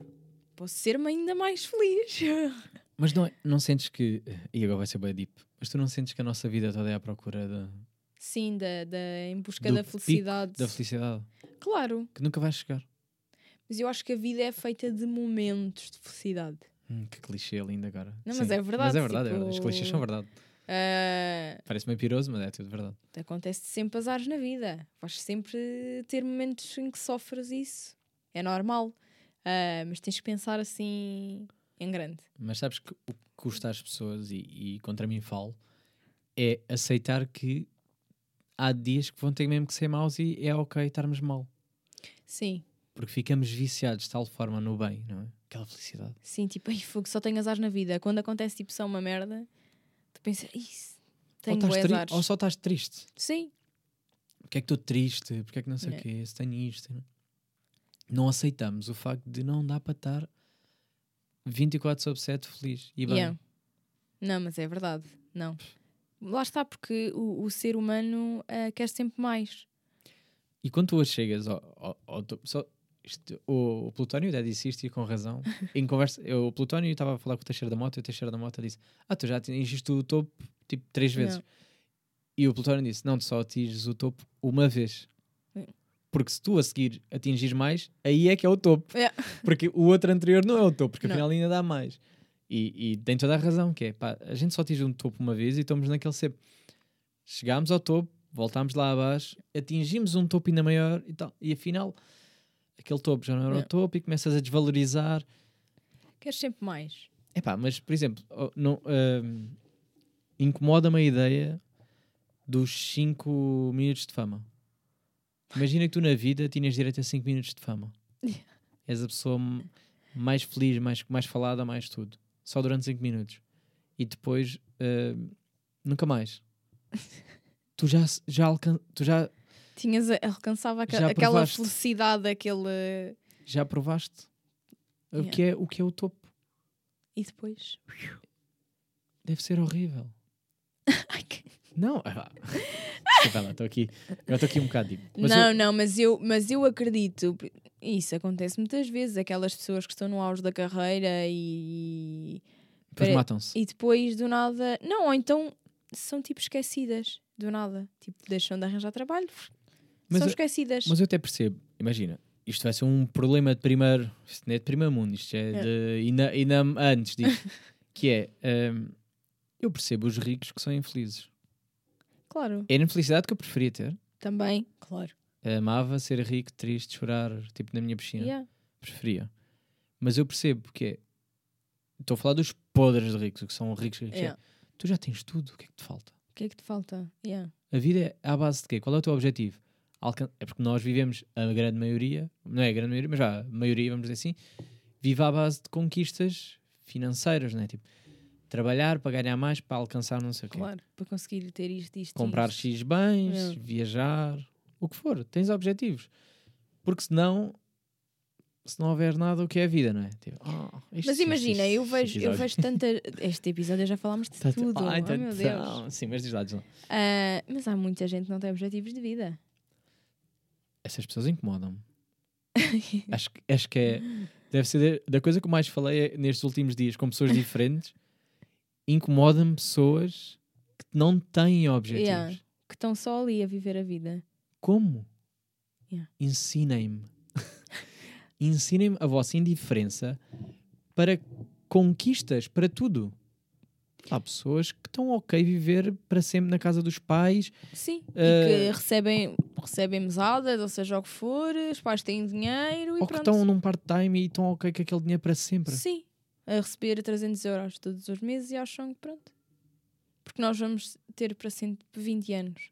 Posso ser-me ainda mais feliz. Mas não, é- não sentes que. E agora vai ser bem deep. Mas tu não sentes que a nossa vida toda é à procura da, Sim, da, da, em busca Do da pico felicidade. da felicidade? Claro, Que nunca vais chegar. mas eu acho que a vida é feita de momentos de felicidade. Hum, que clichê lindo agora. Não, Sim. mas é Mas verdade, é verdade, é verdade. Os tipo- clichês são verdade. Ah, Parece meio piroso, mas é tudo verdade. acontece sempre azares na vida. Vais sempre ter momentos em que sofres isso. É normal. Ah, mas tens que pensar assim em grande. Mas sabes que o que custa às pessoas, e, e contra mim falo, é aceitar que há dias que vão ter mesmo que ser maus e é ok estarmos mal. Sim, Porque ficamos viciados de tal forma no bem, não é? Aquela felicidade. sim, tipo, ai, fogo, só tenho azar na vida. Quando acontece tipo só uma merda, tu pensas, isso, tenho ou, bué estás tri- azares. ou só estás triste. Sim, Porque é que estou triste? Porque é que não sei o É. quê? Se tenho isto. Não? não aceitamos o facto de não dar para estar 24 sobre 7 feliz e bem. Yeah. Não, mas é verdade. Não. Lá está, porque o, o ser humano ah, quer sempre mais. E quando tu hoje chegas ao, ao- ao to- só, isto- o, o Plutónio até disse isto e com razão. em conversa, eu, o Plutónio estava a falar com o Teixeira da Mota e o Teixeira da Mota disse: Ah, tu já atingiste o topo tipo três vezes. Não. E o Plutónio disse: Não, tu só atinges o topo uma vez. Hum. Porque se tu a seguir atingires mais, aí é que é o topo. É. Porque o outro anterior não é o topo, porque Não. afinal ainda dá mais. E, e tem toda a razão, que é pá, a gente só atinge um topo uma vez e estamos naquele sempre. Chegámos ao topo, voltámos lá abaixo, atingimos um topo ainda maior e tal. E afinal, aquele topo já não era É. o topo e começas a desvalorizar. Quer sempre mais. É pá, mas por exemplo, oh, não, ahm, incomoda-me a ideia dos 5 minutos de fama. Imagina que tu na vida tinhas direito a 5 minutos de fama. És a pessoa m- mais feliz, mais, mais falada, mais tudo. Só durante 5 minutos. E depois ahm, nunca mais. Tu já, se- já, alcan tu já, Tinhas, a- alcançava aque- Já aquela provaste. felicidade, aquele. já provaste o, Yeah. que é, o que é o topo. E depois. Deve ser horrível. Ai, que- Não, ah, vá. Desculpa lá, estou aqui. Eu estou aqui um bocado deep. Mas não, eu- não, mas eu, mas eu acredito. Isso acontece muitas vezes. Aquelas pessoas que estão no auge da carreira e. depois pera- matam-se. E depois do nada. Não, ou então são tipo esquecidas. Do nada. Tipo, deixam de arranjar trabalho. Mas são eu- esquecidas. Mas eu até percebo, imagina, isto vai ser um problema de primeiro. Isto não é de primeiro mundo, isto é, É. de. E na, e na- antes disto. que é. hum, eu percebo os ricos que são infelizes. Claro. Era a infelicidade que eu preferia ter. Também. Claro. Amava ser rico, triste, chorar, tipo na minha piscina. Yeah. Preferia. Mas eu percebo que é. Estou a falar dos podres de ricos, que são ricos. ricos Yeah. é, Tu já tens tudo, o que é que te falta? O que é que te falta? Yeah. A vida é à base de quê? Qual é o teu objetivo? Alcan- é porque nós vivemos, a grande maioria, não é a grande maioria, mas já a maioria, vamos dizer assim, vive à base de conquistas financeiras, não é? Tipo, trabalhar para ganhar mais, para alcançar não sei o quê. Claro, É. para conseguir ter isto, isto. e Comprar isto. X bens, Yeah. viajar, o que for, tens objetivos. Porque senão, se não houver nada, o que é a vida, não é? Tipo, "Ah, isto- Oh, Mas isto- imagina, isto- eu vejo, este eu episódio." vejo tanta. Este episódio já falámos de Tá- tá- tudo. Ai, oh, tá- meu tá- Deus. Sim, mas diz lá, diz lá. Ah, mas há muita gente que não tem objetivos de vida. Essas pessoas incomodam-me. acho, que- acho que é. Deve ser da, da coisa que eu mais falei é, nestes últimos dias com pessoas diferentes. Incomoda-me pessoas que não têm objetivos. Yeah. Que estão só ali a viver a vida. Como? Yeah. Ensinem-me. Ensinem-me a vossa indiferença para conquistas, para tudo. Há pessoas que estão ok viver para sempre na casa dos pais. Sim. Eh, E que recebem, recebem mesadas, ou seja o que for, os pais têm dinheiro e ou que pronto. estão num part-time e estão ok com aquele dinheiro para sempre. Sim. A receber 300 euros todos os meses e acham que pronto. Porque nós vamos ter para sempre 20 anos.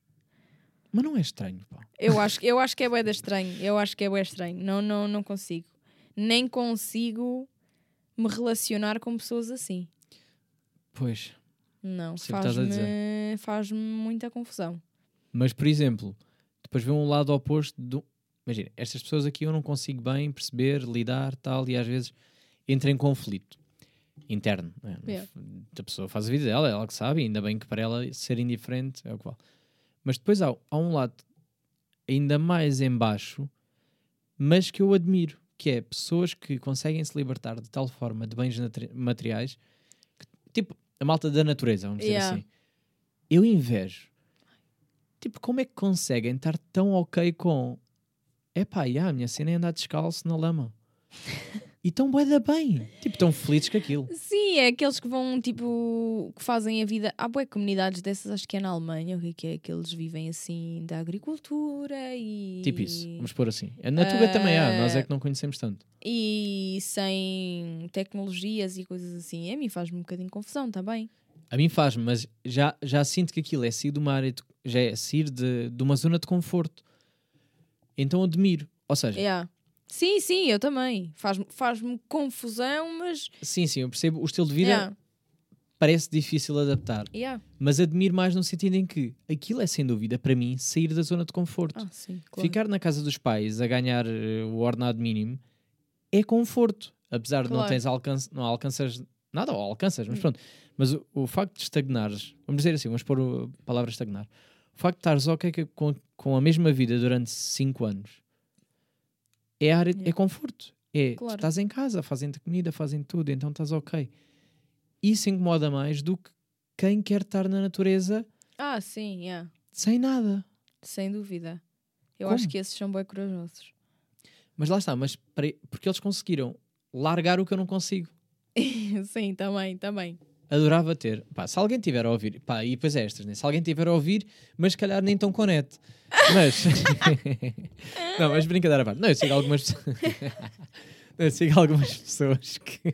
Mas não é estranho, pá. Eu acho, eu acho que é bué da estranho. Eu acho que é bué estranho. Não, não, não consigo. Nem consigo me relacionar com pessoas assim. Pois. Não, Sim, estás a faz-me faz muita confusão. Mas, por exemplo, depois vê um lado oposto do. Imagina, estas pessoas aqui eu não consigo bem perceber, lidar, tal, e às vezes entra em conflito interno. né? Yeah. A pessoa faz a vida dela, é ela que sabe, ainda bem que para ela ser indiferente é o que vale. Mas depois há, há um lado ainda mais em baixo, mas que eu admiro, que é pessoas que conseguem se libertar de tal forma de bens natri- materiais, que, tipo a malta da natureza, vamos Yeah. dizer assim. Eu invejo. Tipo, como é que conseguem estar tão ok com epá, yeah, a minha cena é andar descalço na lama. E tão bué da bem. Tipo, tão felizes com aquilo. Sim, é aqueles que vão, tipo, que fazem a vida. Há boé comunidades dessas, acho que é na Alemanha, o que é que é? Que eles vivem assim da agricultura e. Eh, Tipo isso, vamos pôr assim. Na Tuga também há, nós é que não conhecemos tanto. E sem tecnologias e coisas assim. A mim faz-me um bocadinho confusão também. A mim faz-me, mas já, já sinto que aquilo é sair de uma área, de- já é sair de, de uma zona de conforto. Então admiro. Ou seja, Yeah. Sim, sim, eu também. Faz-me faz confusão, mas. sim, sim, eu percebo, o estilo de vida Yeah. parece difícil adaptar. Yeah. Mas admiro mais no sentido em que aquilo é, sem dúvida, para mim, sair da zona de conforto. Ah, sim, claro. Ficar na casa dos pais a ganhar eh, o ordenado mínimo é conforto, apesar de não Claro. tens alcance, não alcanças nada, ou alcanças, mas Hum. pronto. Mas o, o facto de estagnares, vamos dizer assim, vamos pôr o- a palavra estagnar, o facto de estares ok ca- com, com a mesma vida durante 5 anos é, área, Yeah. é conforto. É, tu Claro. estás em casa, fazem-te comida, fazem tudo, então estás ok. Isso incomoda mais do que quem quer estar na natureza Ah, sim, yeah. sem nada. sem dúvida. Eu Como? acho que esses são bem corajosos. Mas lá está, mas para- porque eles conseguiram largar o que eu não consigo. sim, também, também. Adorava ter. Pá, se alguém tiver a ouvir, pá, e depois estas, né? Se alguém tiver a ouvir, mas se calhar nem tão com net. Mas. não, mas brincadeira à parte. Não, eu sigo algumas pessoas. não, eu sigo algumas pessoas que.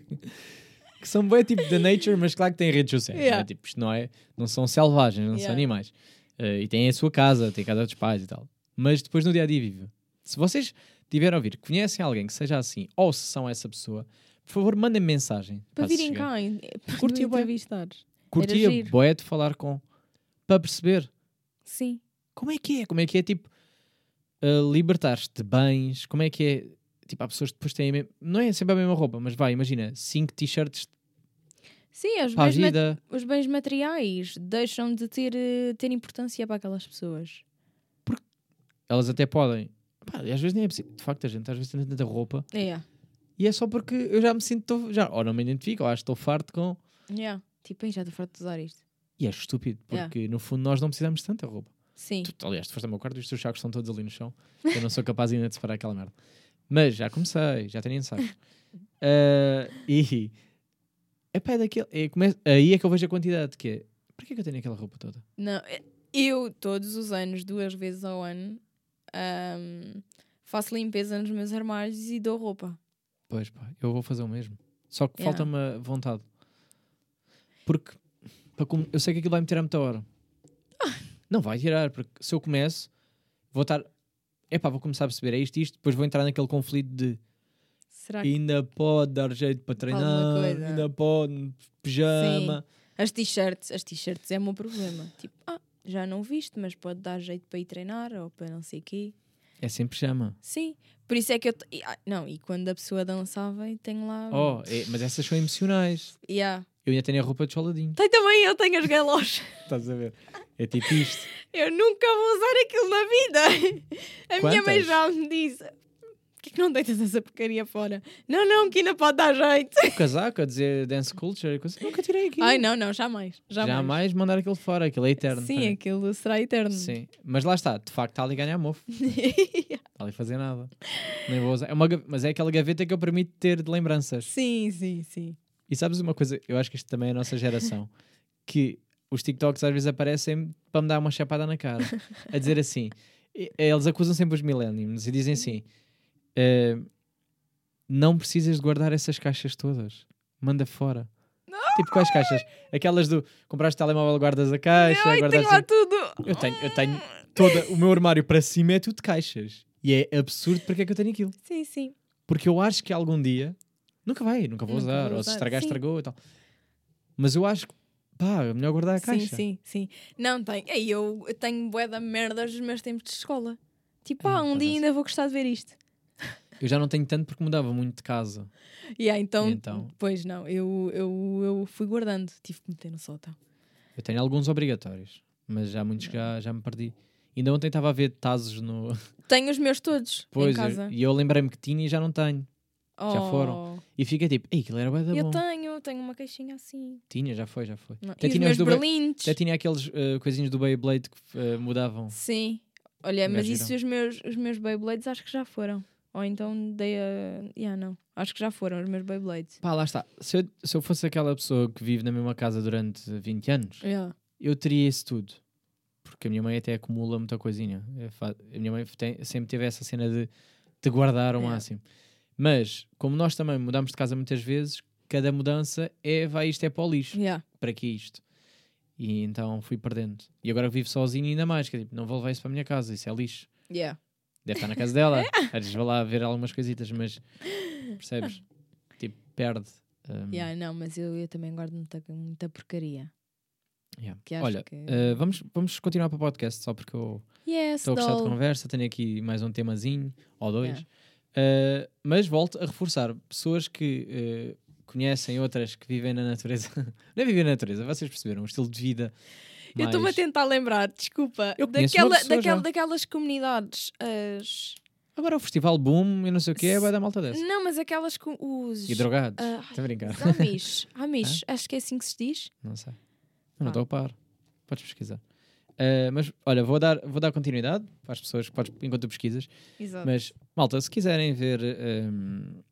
que são bem tipo da nature, mas claro que têm redes sociais. Yeah. Né? Tipo, isto não é. Não são selvagens, não são Yeah. animais. Eh, e têm a sua casa, têm a casa dos pais e tal. Mas depois no dia a dia vive. Se vocês tiverem a ouvir, que conhecem alguém que seja assim, ou se são essa pessoa, por favor, mandem mensagem. Para Faço virem chegar. cá e- para Curti me bué. entrevistar. Curtia giro. bué de falar com para perceber Sim, como é que é, como é que é tipo uh, libertar-te de bens, como é que é tipo, há pessoas que depois têm a mesma, não é sempre a mesma roupa, mas vai, imagina, cinco t-shirts sim os, para a bens, ma- vida, os bens materiais deixam de ter, eh, ter importância para aquelas pessoas. elas até podem. Pá, e às vezes nem é preciso. De facto, a gente às vezes tem tanta roupa É, e é só porque eu já me sinto, tão- já, ou não me identifico, ou acho que estou farto com. yeah. tipo, "Ei, já estou farto de usar isto. E é estúpido, Yeah. porque no fundo nós não precisamos de tanta roupa. Sim, Tu, aliás, tu foste ao meu quarto e os teus sacos estão todos ali no chão. Eu não sou capaz ainda de separar aquela merda. Mas já comecei, já tenho ensaios. Ah, e. Epá, é daquele. é, come- aí é que eu vejo a quantidade que é. Para que é que eu tenho aquela roupa toda? não, eh, eu todos os anos, duas vezes ao ano, ahm, faço limpeza nos meus armários e dou roupa. Pois pá, eu vou fazer o mesmo. Só que Yeah. falta-me a vontade. Porque para com- eu sei que aquilo vai me tirar muita hora. Não vai tirar, porque se eu começo, vou estar. Epá, vou começar a perceber, é isto e isto, depois vou entrar naquele conflito de Será que ainda pode dar jeito para treinar, coisa. ainda pode, pijama. as t-shirts, as t-shirts é o meu problema. Tipo, ah, já não viste, mas pode dar jeito para ir treinar ou para não sei o quê. É sempre pijama. Sim, por isso é que eu. t- e, ah, Não, e quando a pessoa dançava, e tenho lá. Oh, é- mas essas são emocionais. Yeah. Eu ainda tenho a roupa de choladinho. Tem também, eu tenho as galochas. Estás a ver? É tipo isto. Eu nunca vou usar aquilo na vida. A minha mãe Quantas? já me disse: Porquê que não deitas essa porcaria fora? Não, não, que ainda pode dar jeito. O casaco a dizer dance culture e coisa. Nunca tirei aquilo. Ai, não, não, jamais. Jamais. Jamais mandar aquilo fora, aquilo é eterno. Sim, para mim. aquilo será eterno. Sim. Mas lá está, de facto está ali a ganhar mofo. Está ali a fazer nada. Nem vou usar. É uma, gav- mas é aquela gaveta que eu permito ter de lembranças. sim, sim, sim. E sabes uma coisa? Eu acho que isto também é a nossa geração. que os TikToks às vezes aparecem para me dar uma chapada na cara. A dizer assim. e- Eles acusam sempre os millennials e dizem assim: eh, não precisas de guardar essas caixas todas. Manda fora. Tipo, quais caixas? Aquelas do compraste telemóvel, guardas a caixa, Ai, guardas tenho lá tudo. eu tenho, eu tenho toda, o meu armário para cima é tudo de caixas. E é absurdo porque é que eu tenho aquilo. Sim, sim. Porque eu acho que algum dia nunca vai, nunca vou Nunca usar, vou ou se usar, estragar, sim. estragou e tal. Mas eu acho que pá, é melhor guardar a caixa. Sim, sim, sim. Não, tenho. Ei, eu eu tenho bué da merda dos meus tempos de escola. Tipo, ah, Hum, um pois dia é. ainda vou gostar de ver isto. Eu já não tenho tanto porque mudava muito de casa. E ah, então, E então? Pois não, eu, eu, eu fui guardando. Tive que meter no sótão. Eu tenho alguns obrigatórios, mas já muitos que já, já me perdi. Ainda ontem estava a ver tazos no. Tenho os meus todos em Pois, casa. eu- e eu lembrei-me que tinha e já não tenho. já Oh. foram. E fica tipo, ei, aquilo era bem da Eu bom. tenho, tenho uma caixinha assim. Tinha, já foi, já foi. Não. Até E os tinha, os meus do Bey- berlindes. até tinha aqueles eh, coisinhos do Beyblade que eh, mudavam. Sim. Olha, Também mas é isso os meus, os meus Beyblades acho que já foram. Ou então dei a. Yeah, não. Acho que já foram os meus Beyblades. Pá, lá está. Se eu, se eu fosse aquela pessoa que vive na mesma casa durante 20 anos, Yeah. eu teria isso tudo. Porque a minha mãe até acumula muita coisinha. É fa- A minha mãe tem- sempre teve essa cena de, de guardar ao É. máximo. Mas, como nós também mudamos de casa muitas vezes, cada mudança é vai isto é para o lixo. Yeah. Para que isto? E então fui perdendo. E agora vivo sozinho ainda mais. Que é tipo, não vou levar isso para a minha casa, isso é lixo. Yeah. Deve estar na casa dela. Às vezes vai lá ver algumas coisitas, mas percebes? Tipo, perde. Hum, Yeah, não, mas eu, eu também guardo muita, muita porcaria. yeah. que acho Olha, que- é. eh, vamos, vamos continuar para o podcast, só porque eu Yes, estou a gostar de doll. conversa, tenho aqui mais um temazinho ou dois. É. Eh, mas volto a reforçar: pessoas que eh, conhecem outras que vivem na natureza, não é viver na natureza, vocês perceberam, um estilo de vida. Eu estou-me a mais- tentar lembrar, desculpa. Eu conheço uma daquela, pessoa daquela- já. daquelas comunidades. As... Agora o festival Boom e não sei o que é, vai dar malta dessa. Não, mas aquelas com os. E drogados, Ah, estou a brincar, os Amish. Amish, acho que é assim que se diz. não sei. Eu não Pá. estou a par, podes pesquisar. Eh, mas olha, vou dar, vou dar continuidade para as pessoas que podes, enquanto tu pesquisas. Exato. Mas, malta, se quiserem ver hum,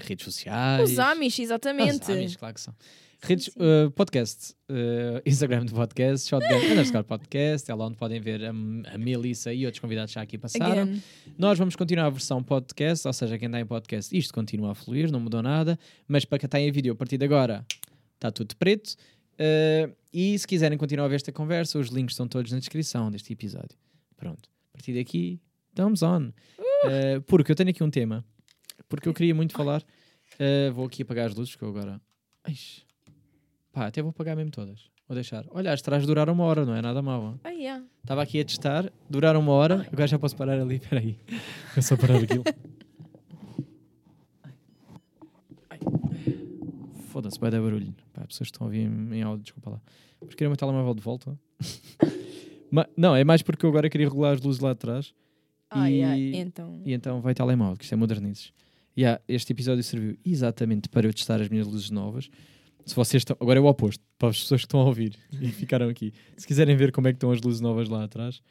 redes sociais. Os Amish, exatamente. Os Amish, claro que são. Redes, sim. uh, podcast, uh, Instagram do podcast, Shotgun underscore podcast, é lá onde podem ver a, a Melissa e outros convidados já aqui passaram. Again. Nós vamos continuar a versão podcast, ou seja, quem está em podcast, isto continua a fluir, não mudou nada, mas para quem está em vídeo a partir de agora, está tudo preto. Uh, e se quiserem continuar a ver esta conversa, os links estão todos na descrição deste episódio. Pronto, a partir daqui, thumbs on. Uh, porque eu tenho aqui um tema, porque eu queria muito falar. Uh, vou aqui apagar as luzes que eu agora. Ixi. Pá, até vou apagar mesmo todas. Vou deixar. Olha, as trás duraram uma hora, não é nada mal. Ah, yeah. Estava aqui a testar, duraram uma hora, agora já posso parar ali, peraí. É só parar aquilo. Ai. Foda-se, vai dar barulho. Pá, pessoas estão a ouvir em áudio, desculpa lá. Mas queria o meu telemóvel de volta. Ma- não, é mais porque eu agora queria regular as luzes lá atrás Ai, ai, E- Ah, Então. e então vai telemóvel, que isto é modernizes. Yeah, este episódio serviu exatamente para eu testar as minhas luzes novas. Se vocês estão. Agora é o oposto, para as pessoas que estão a ouvir e ficaram aqui. Se quiserem ver como é que estão as luzes novas lá atrás,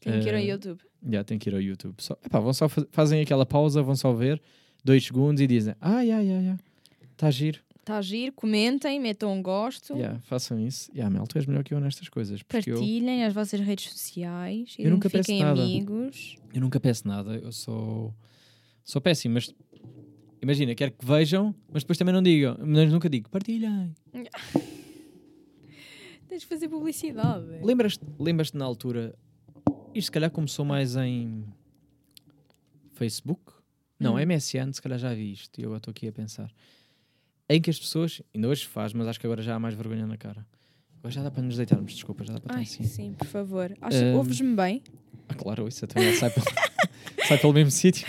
Tem que ir ao eh, YouTube. já tem que ir ao YouTube. Só, epá, vão só fa- fazem aquela pausa, vão só ver dois segundos e dizem: "Ah, Ai, ai, ai, ai, está Tá giro. Está a agir, Tá comentem, metam um gosto, Já, façam isso. Já, Mel, tu és melhor que eu nestas coisas. Porque eu, partilhem as vossas redes sociais, Eu nunca peço identifiquem nada. amigos. eu nunca peço nada, eu sou, sou péssimo, mas Imagina, quero que vejam, mas depois também não digam. Mas nunca digo, partilhem. Tens de fazer publicidade. É. Lembras-te lembras na altura? Isto se calhar começou mais em Facebook? Não, Hum. MSN, se calhar já vi isto. E eu agora estou aqui a pensar. Em que as pessoas, ainda hoje faz, mas acho que agora já há mais vergonha na cara. Agora já dá para nos deitarmos, desculpa, já dá para estar assim. Ai, sim, por favor. Acho que Ahm. ouves-me bem. Ah, claro, isso até sai pelo, sai pelo mesmo sítio.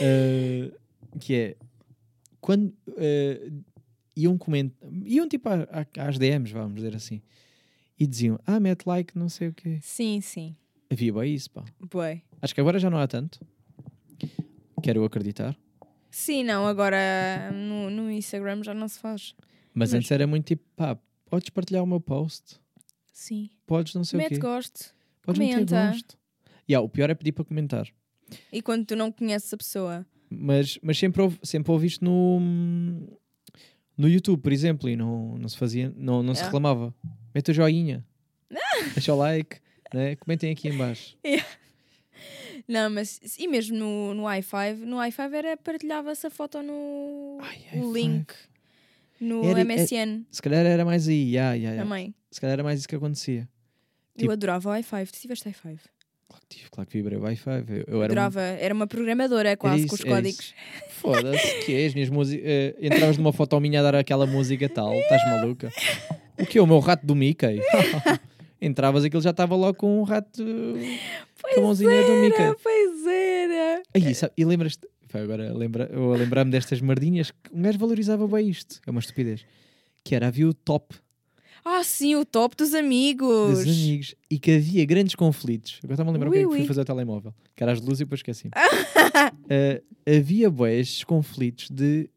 Eh, que é quando eh, iam comentar, iam tipo a- a- às DMs, vamos dizer assim, e diziam ah, mete like, não sei o quê. Sim, sim. Havia bem isso, pá. Boi. Acho que agora já não há tanto. Quero eu acreditar. Sim, não, agora hum, no, no Instagram já não se faz. Mas, Mas- antes era muito tipo, pá, podes partilhar o meu post, Sim. podes não sei Mete é o quê, gosto. podes meter comenta. gosto. Yeah, o pior é pedir para comentar. E quando tu não conheces a pessoa? Mas, mas sempre, houve, sempre houve isto no, no YouTube, por exemplo, e não, não se fazia, não, não se Yeah. reclamava. Mete o joinha, deixa o like, né? comentem aqui em baixo. Não, mas e mesmo no, no i5, no i5 era partilhava-se a foto no Ai, o i5. link no Era- é MSN Se calhar era mais aí, yeah, yeah, yeah. também. se calhar era mais isso que acontecia. Eu Tipo- adorava o i5, tu tiveste i5. Claro que tive, claro que vibrei Wi-Fi. Eu, eu era um- Adorava, era uma programadora quase é isso, com os era códigos. isso. Foda-se, que é? As minhas músicas. entravas numa foto minha a dar aquela música tal, estás maluca? O que é? O meu rato do Mickey? Entravas aquilo já estava logo com um rato. com a mãozinha do Mickey. Era, Ah, pois era. Aí, sabe, e lembras-te, pá, agora lembra, eu a lembrar-me destas mardinhas, que um gajo valorizava bem isto, é uma estupidez. Que era, havia o top Ah, sim, o top dos amigos. dos amigos e que havia grandes conflitos. Agora estava a lembrar o que é que Ui, fui ui. fazer ao telemóvel, que era as luzes e depois esqueci. havia bem estes conflitos de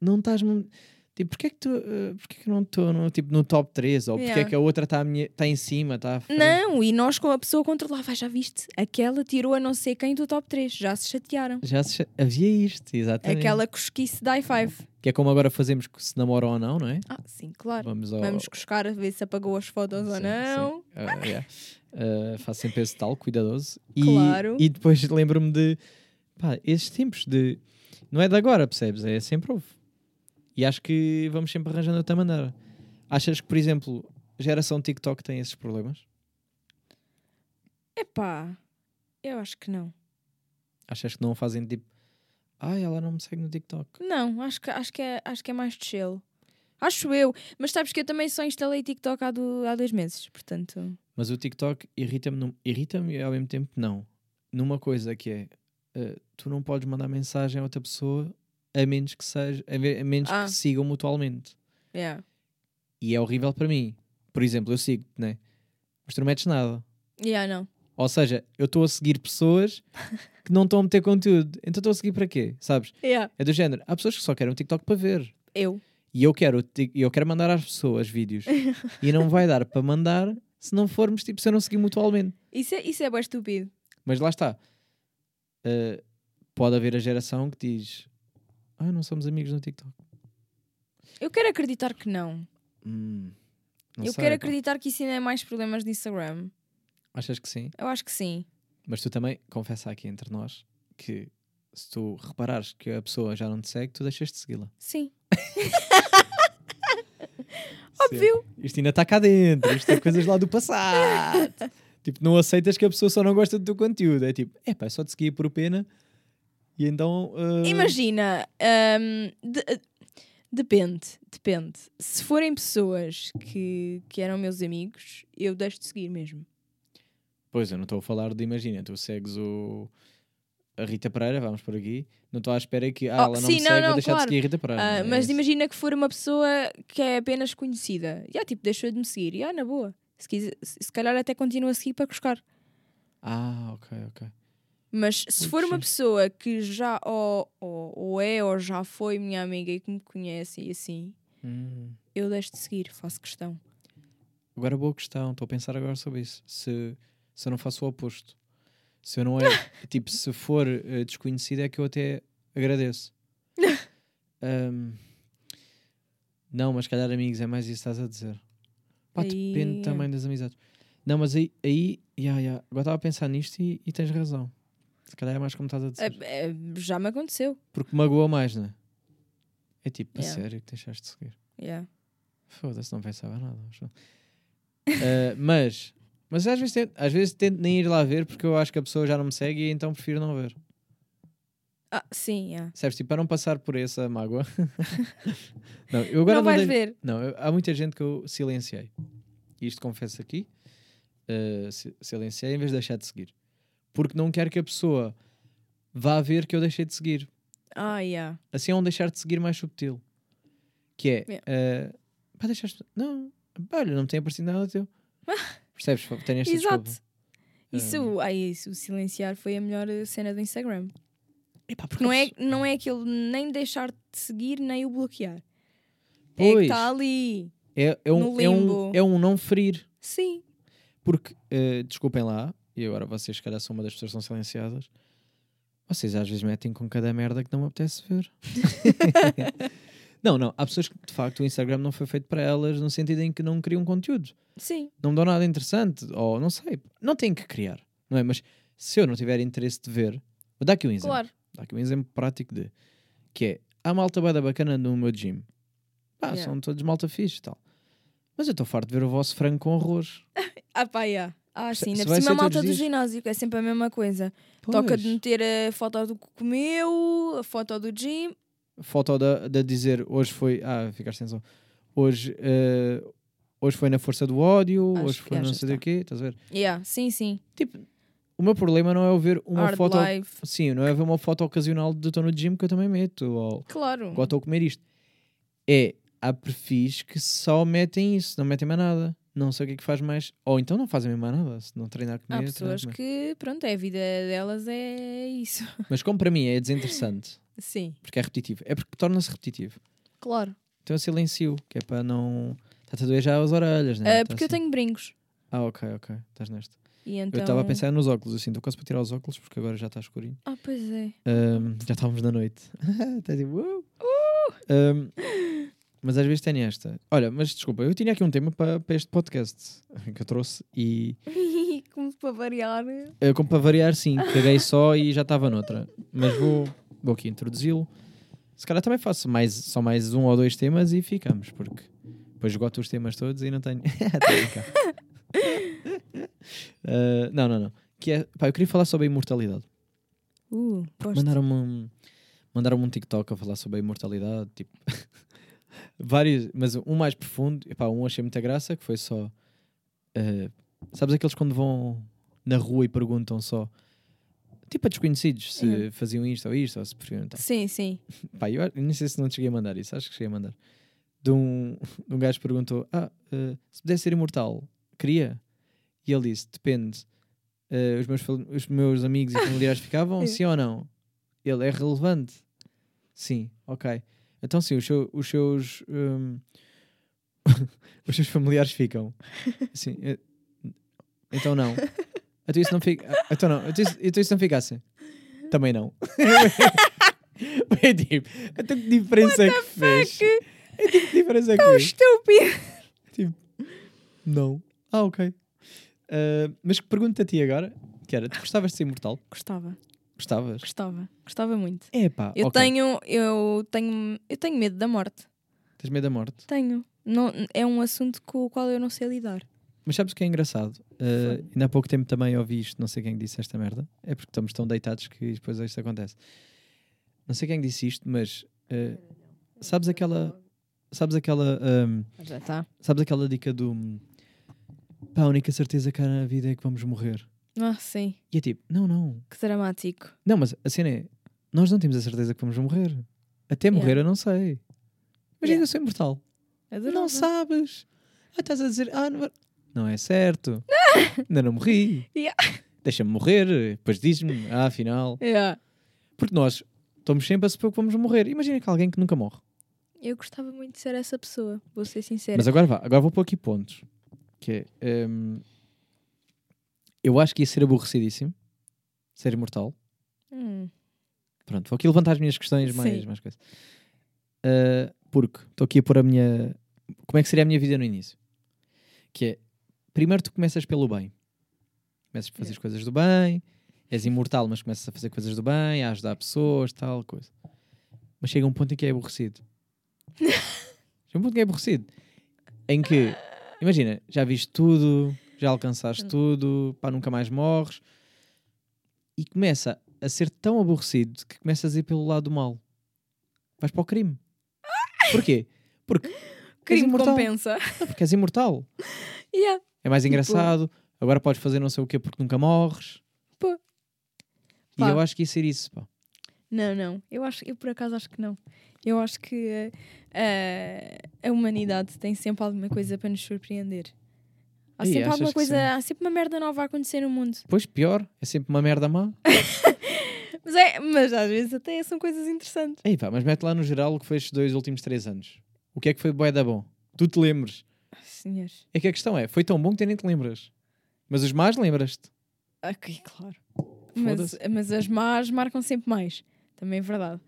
não estás. mesmo- Tipo, porquê é que tu. ah, porquê que eu não estou no, tipo, no top 3? Ou porquê é Yeah. que a outra está tá em cima? Tá à frente? Não, e nós com a pessoa controlava, "Ah, já viste? Aquela tirou a não sei quem do top 3, já se chatearam. Já se cha- havia isto, exatamente. Aquela cosquice da i5. Que é como agora fazemos que se namoram ou não, não é? Ah, sim, claro. Vamos ao, Vamos cuscar a ver se apagou as fotos ou Sim, não. Ah, yeah. Ah, faço sempre esse tal, cuidadoso. E, Claro. E depois lembro-me de. Pá, esses tempos de. Não é de agora, percebes? É sempre houve. E acho que vamos sempre arranjando de outra maneira. Achas que, por exemplo, a geração TikTok tem esses problemas? Epá, eu acho que não. Achas que não fazem tipo. Ai, ela não me segue no TikTok. Não, acho que, acho que, é, acho que é mais chill. Acho eu. Mas sabes que eu também só instalei TikTok há, do- há dois meses, portanto. Mas o TikTok irrita-me num- irrita-me e ao mesmo tempo não. Numa coisa que é eh, tu não podes mandar mensagem a outra pessoa a menos que seja a, ve- a menos Ah. que sigam mutualmente. Yeah. E é horrível para mim. Por exemplo, eu sigo-te, né? Mas tu não metes nada. Yeah, não. Ou seja, eu estou a seguir pessoas que não estão a meter conteúdo. Então estou a seguir para quê? Sabes? Yeah. É do género. Há pessoas que só querem o TikTok para ver. Eu. E eu quero, o Tik- eu quero mandar às pessoas vídeos. e não vai dar para mandar se não formos, tipo, se eu não seguir mutualmente. Isso é, isso é bem estúpido. Mas lá está. Uh, pode haver a geração que diz: Ah, não somos amigos no TikTok. Eu quero acreditar que não. Hum, não eu sei, quero pá. acreditar que isso ainda é mais problemas de Instagram. Achas que sim? Eu acho que sim. Mas tu também, confessa aqui entre nós, que se tu reparares que a pessoa já não te segue, tu deixas de segui-la. Sim. Sim. Óbvio. Isto ainda está cá dentro, isto é coisas lá do passado. tipo, não aceitas que a pessoa só não gosta do teu conteúdo. É tipo, é pá, só te seguia por pena. E então. uh, Imagina, hum, de- eh, depende, depende. Se forem pessoas que, que eram meus amigos, eu deixo de seguir mesmo. Pois, eu não estou a falar de imagina, tu segues o. A Rita Pereira, vamos por aqui. Não estou à espera que. Ah, Oh, ela não sim, me não, segue, não, vou deixar claro. de seguir a Rita Pereira. Ah, não é mas isso. imagina que for uma pessoa que é apenas conhecida. Já, tipo, deixou de me seguir. Já, na boa. Se, quiser- se se calhar até continua a seguir para buscar. Ah, ok, ok. Mas se Muito for uma giro. pessoa que já ou, ou, ou é ou já foi minha amiga e que me conhece e assim, Hum. eu deixo de seguir, faço questão. Agora boa questão, estou a pensar agora sobre isso. Se, se eu não faço o oposto. Se eu não é. tipo, se for eh, desconhecido, é que eu até agradeço. Ahm, não, mas se calhar amigos, é mais isso que estás a dizer. Pá, Aí, depende é. também das amizades. Não, mas aí. aí ya, ya, Agora estava a pensar nisto e, e tens razão. Se calhar é mais como estás a dizer. Eh, eh, já me aconteceu. Porque magoa mais, não é? É tipo, a Yeah. sério que deixaste de seguir. Yeah. Foda-se, não pensava nada. mas- Ah, mas, mas às vezes, tento, às vezes tento nem ir lá ver porque eu acho que a pessoa já não me segue e então prefiro não ver. Ah, sim, yeah. Sabes? Tipo, para não passar por essa mágoa. não, eu agora não vais deixo- ver. Não, eu- há muita gente que eu silenciei. Isto confesso aqui. Uh, si- silenciei em vez de deixar de seguir. Porque não quero que a pessoa vá ver que eu deixei de seguir. Ah, yeah. Assim é um deixar de seguir mais subtil. Que é. Uh, pá, deixaste. Não, pá, olha, não me tem aparecido nada teu. Percebes? Tenho esta Exato. desculpa. Ah. Isso, ai, isso, o silenciar foi a melhor eh, cena do Instagram. Epá, porque Não a é, pessoa- não é aquele nem deixar de seguir, nem o bloquear. É que Pois, está ali. é, é um, no é, um, limbo. é um não ferir. Sim. Porque, eh, desculpem lá, e agora vocês, se calhar, são uma das pessoas que são silenciadas. Vocês às vezes metem com cada merda que não me apetece ver. não, não. Há pessoas que, de facto, o Instagram não foi feito para elas no sentido em que não criam conteúdo. Sim. Não me dão nada interessante, ou não sei. Não têm que criar, não é? Mas se eu não tiver interesse de ver, vou dar aqui um exemplo. Claro. Dá aqui um exemplo prático de que é há malta bué da bacana no meu gym. Pá, Yeah. são todos malta fixe e tal. Mas eu estou farto de ver o vosso frango com arroz. Ah, pá, yeah. Ah, sim. se Na vai ser cima a malta todos do os dias. ginásio, que é sempre a mesma coisa. Toca de Pois. meter a foto do que comeu, a foto do gym. foto da, da dizer hoje foi. Ah, ficaste sem som. Hoje, eh, hoje foi na força do ódio, Acho hoje que foi não achas, sei do tá. quê, estás a ver? Yeah, sim, sim. Tipo, o meu problema não é eu ver uma Hard foto. life. Sim, não é ver uma foto ocasional de estou no gym que eu também meto, ou Claro. ou estou a comer isto. É, há perfis que só metem isso, não metem mais nada. Não sei o que é que faz mais. Ou então não fazem mesmo mais nada, se não treinar comer. treinar Há pessoas comer. que, pronto, é, a vida delas é isso. Mas como para mim é desinteressante, Sim. porque é repetitivo, é porque torna-se repetitivo. Claro. Então eu silencio, que é para não. Está-te a doer já as orelhas, né? Ah, Tá porque eu assim. tenho brincos. Ah, ok, ok. Estás neste. E então... Eu estava a pensar nos óculos, assim, estou quase para tirar os óculos porque agora já está escurinho. Ah, pois é. Ahm, já estávamos na noite. Está tipo, "Uau". Ahm, mas às vezes tenho esta. Olha, mas desculpa, eu tinha aqui um tema para, para este podcast que eu trouxe e, Como para variar. eh, como para variar, sim, caguei só e já estava noutra. Mas vou, vou aqui introduzi-lo. Se calhar também faço mais, só mais um ou dois temas e ficamos, porque depois esgoto os temas todos e não tenho. Tô a brincar. Ah, não, não, não. Que é, pá, eu queria falar sobre a imortalidade. Uh, gosto. Mandaram-me um, mandaram um TikTok a falar sobre a imortalidade, tipo. vários, mas um mais profundo. Epá, um achei muita graça, que foi só. eh, sabes aqueles quando vão na rua e perguntam só. Tipo a desconhecidos se Uhum. faziam isto ou isto, ou se preferiam tal. Sim, sim. Pá, eu acho- nem sei se não te cheguei a mandar isso, acho que cheguei a mandar. De um, de um gajo que perguntou: Ah, eh, se pudesse ser imortal, queria? E ele disse: Depende. Eh, os, meus, fam- os meus amigos e familiares ficavam, É. sim ou não? Ele é relevante. Sim, ok. Então, sim, os, seu- os seus. hum, os seus familiares ficam. Sim. eh, então, não. Então, isso não fica. Então, não. Então, isso, então isso não ficasse. Também não. É tipo, então que diferença é que fez? É tipo, que diferença é que fez? Estúpido. Não. Ah, ok. Ah, mas que pergunta a ti agora, que era, tu gostavas de ser imortal? Gostava, Gostavas? gostava, gostava muito. É pá, Eu tenho, eu tenho, eu tenho medo da morte. Tens medo da morte. Tenho. Não, é um assunto com o qual eu não sei lidar. Mas sabes o que é engraçado? Ah, ainda há pouco tempo também ouvi isto, não sei quem disse esta merda. É porque estamos tão deitados que depois isto acontece. Não sei quem é disse isto, mas ah, sabes aquela. Sabes aquela. ahm, Ah, Já tá. está. sabes aquela dica do. Pá, a única certeza que há na vida é que vamos morrer. Ah, sim. E é tipo, não, não. Que dramático. Não, mas a cena é, nós não temos a certeza que vamos morrer. Até morrer Yeah. eu não sei. Mas ainda Yeah. sou imortal. Adorava. Não sabes. Ah, estás a dizer, ah, não, não é certo. ainda não morri. Yeah. Deixa-me morrer. Depois diz-me, ah, afinal. Yeah. Porque nós estamos sempre a supor que vamos morrer. Imagina que alguém que nunca morre. Eu gostava muito de ser essa pessoa, vou ser sincera. Mas agora vá, agora vou pôr aqui pontos. Que é, hum, eu acho que ia ser aborrecidíssimo ser imortal. Hum, Pronto, vou aqui levantar as minhas questões Sim. mais, mais coisas. Ah, porque estou aqui a pôr a minha. Como é que seria a minha vida no início? Que é. Primeiro tu começas pelo bem. Começas a fazer as coisas do bem, és imortal, mas começas a fazer coisas do bem, a ajudar pessoas, tal coisa. Mas chega um ponto em que é aborrecido. chega um ponto em que é aborrecido. Em que, imagina, já viste tudo, já alcançaste tudo, pá, nunca mais morres. E começa a ser tão aborrecido que começas a ir pelo lado do mal. Vais para o crime. Porquê? Porque és Crime imortal. compensa. Não, porque és imortal. Yeah. É mais engraçado. Agora podes fazer não sei o quê porque nunca morres. Pô. E Pá. eu acho que ia ser isso, pá. Não, não. Eu, acho, eu por acaso acho que não. Eu acho que eh, eh, a humanidade tem sempre alguma coisa para nos surpreender. Há Ih, sempre achas alguma que coisa, sim? há sempre uma merda nova a acontecer no mundo. Pois pior, é sempre uma merda má. Mas, é, mas às vezes até são coisas interessantes. Ei, pá, mas mete lá no geral o que foi estes dois últimos três anos. O que é que foi bué da bom? Tu te lembres. Ah, Senhores. É que a questão é, foi tão bom que tu nem te lembras. Mas os mais lembras-te. Ok, claro. Mas, Foda-se. mas as más marcam sempre mais. Também é verdade.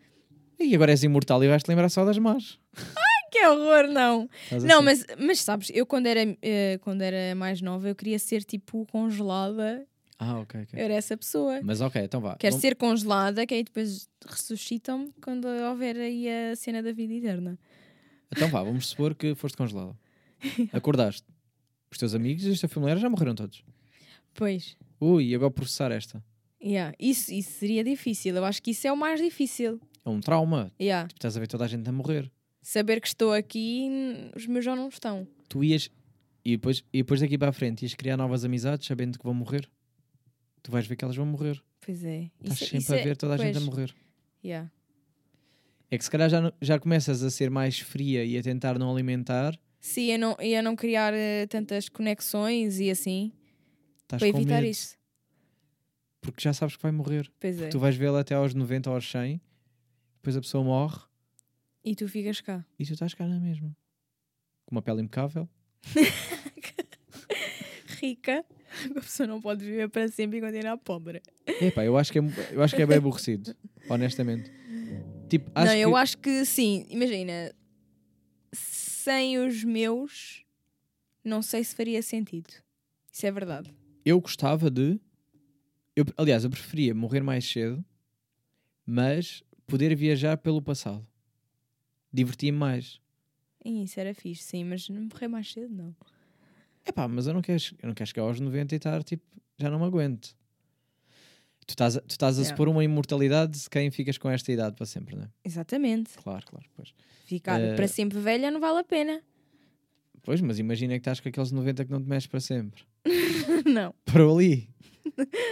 E agora és imortal e vais-te lembrar só das más. Que horror, não. Estás Não, assim. mas, mas sabes, eu quando era, eh, quando era mais nova, eu queria ser tipo congelada. Ah, ok, ok. Eu era essa pessoa. Mas ok, então vá. Quero Vamos- ser congelada, que aí depois ressuscitam-me quando houver aí a cena da vida eterna. Então vá, vamos supor que foste congelada. Acordaste. Os teus amigos e os teus familiares já morreram todos. Pois, Ui, e agora processar esta. yeah. isso, isso seria difícil. Eu acho que isso é o mais difícil. É um trauma. Yeah. Estás a ver toda a gente a morrer. Saber que estou aqui, hum, os meus já não estão. tu ias e depois, e depois daqui para a frente ias criar novas amizades sabendo que vão morrer. Tu vais ver que elas vão morrer. Pois é. Estás Isso- sempre isso a é- ver toda a gente a pois, morrer. yeah. É que se calhar já, não- já começas a ser mais fria e a tentar não alimentar, Sim, eu não, eu não criar eh, tantas conexões e assim estás para com evitar medo, isso. Porque já sabes que vai morrer. Pois é. Tu vais vê-la até aos 90 ou aos 100, depois a pessoa morre E tu ficas cá. e tu estás cá na mesma. Com uma pele impecável. Rica, a pessoa não pode viver para sempre e continuar pobre. Epá, eu acho que é, mu- eu acho que é bem aborrecido, honestamente. Tipo, acho não, eu que- acho que sim, imagina, sem os meus, não sei se faria sentido. Isso é verdade. eu gostava de. Eu, aliás, eu preferia morrer mais cedo, mas poder viajar pelo passado. Divertia-me mais. Ih, Isso era fixe, sim, mas não morrer mais cedo, não. Epá, mas eu não quero, che- eu não quero chegar aos 90 e estar tipo, já não me aguento. Tu estás a, tu estás a Yeah. supor uma imortalidade de quem ficas com esta idade para sempre, não é? Exatamente. Claro, claro. Pois. Ficar Eh, para sempre velha não vale a pena. pois, mas imagina que estás com aqueles 90 que não te mexes para sempre. não. Para ali.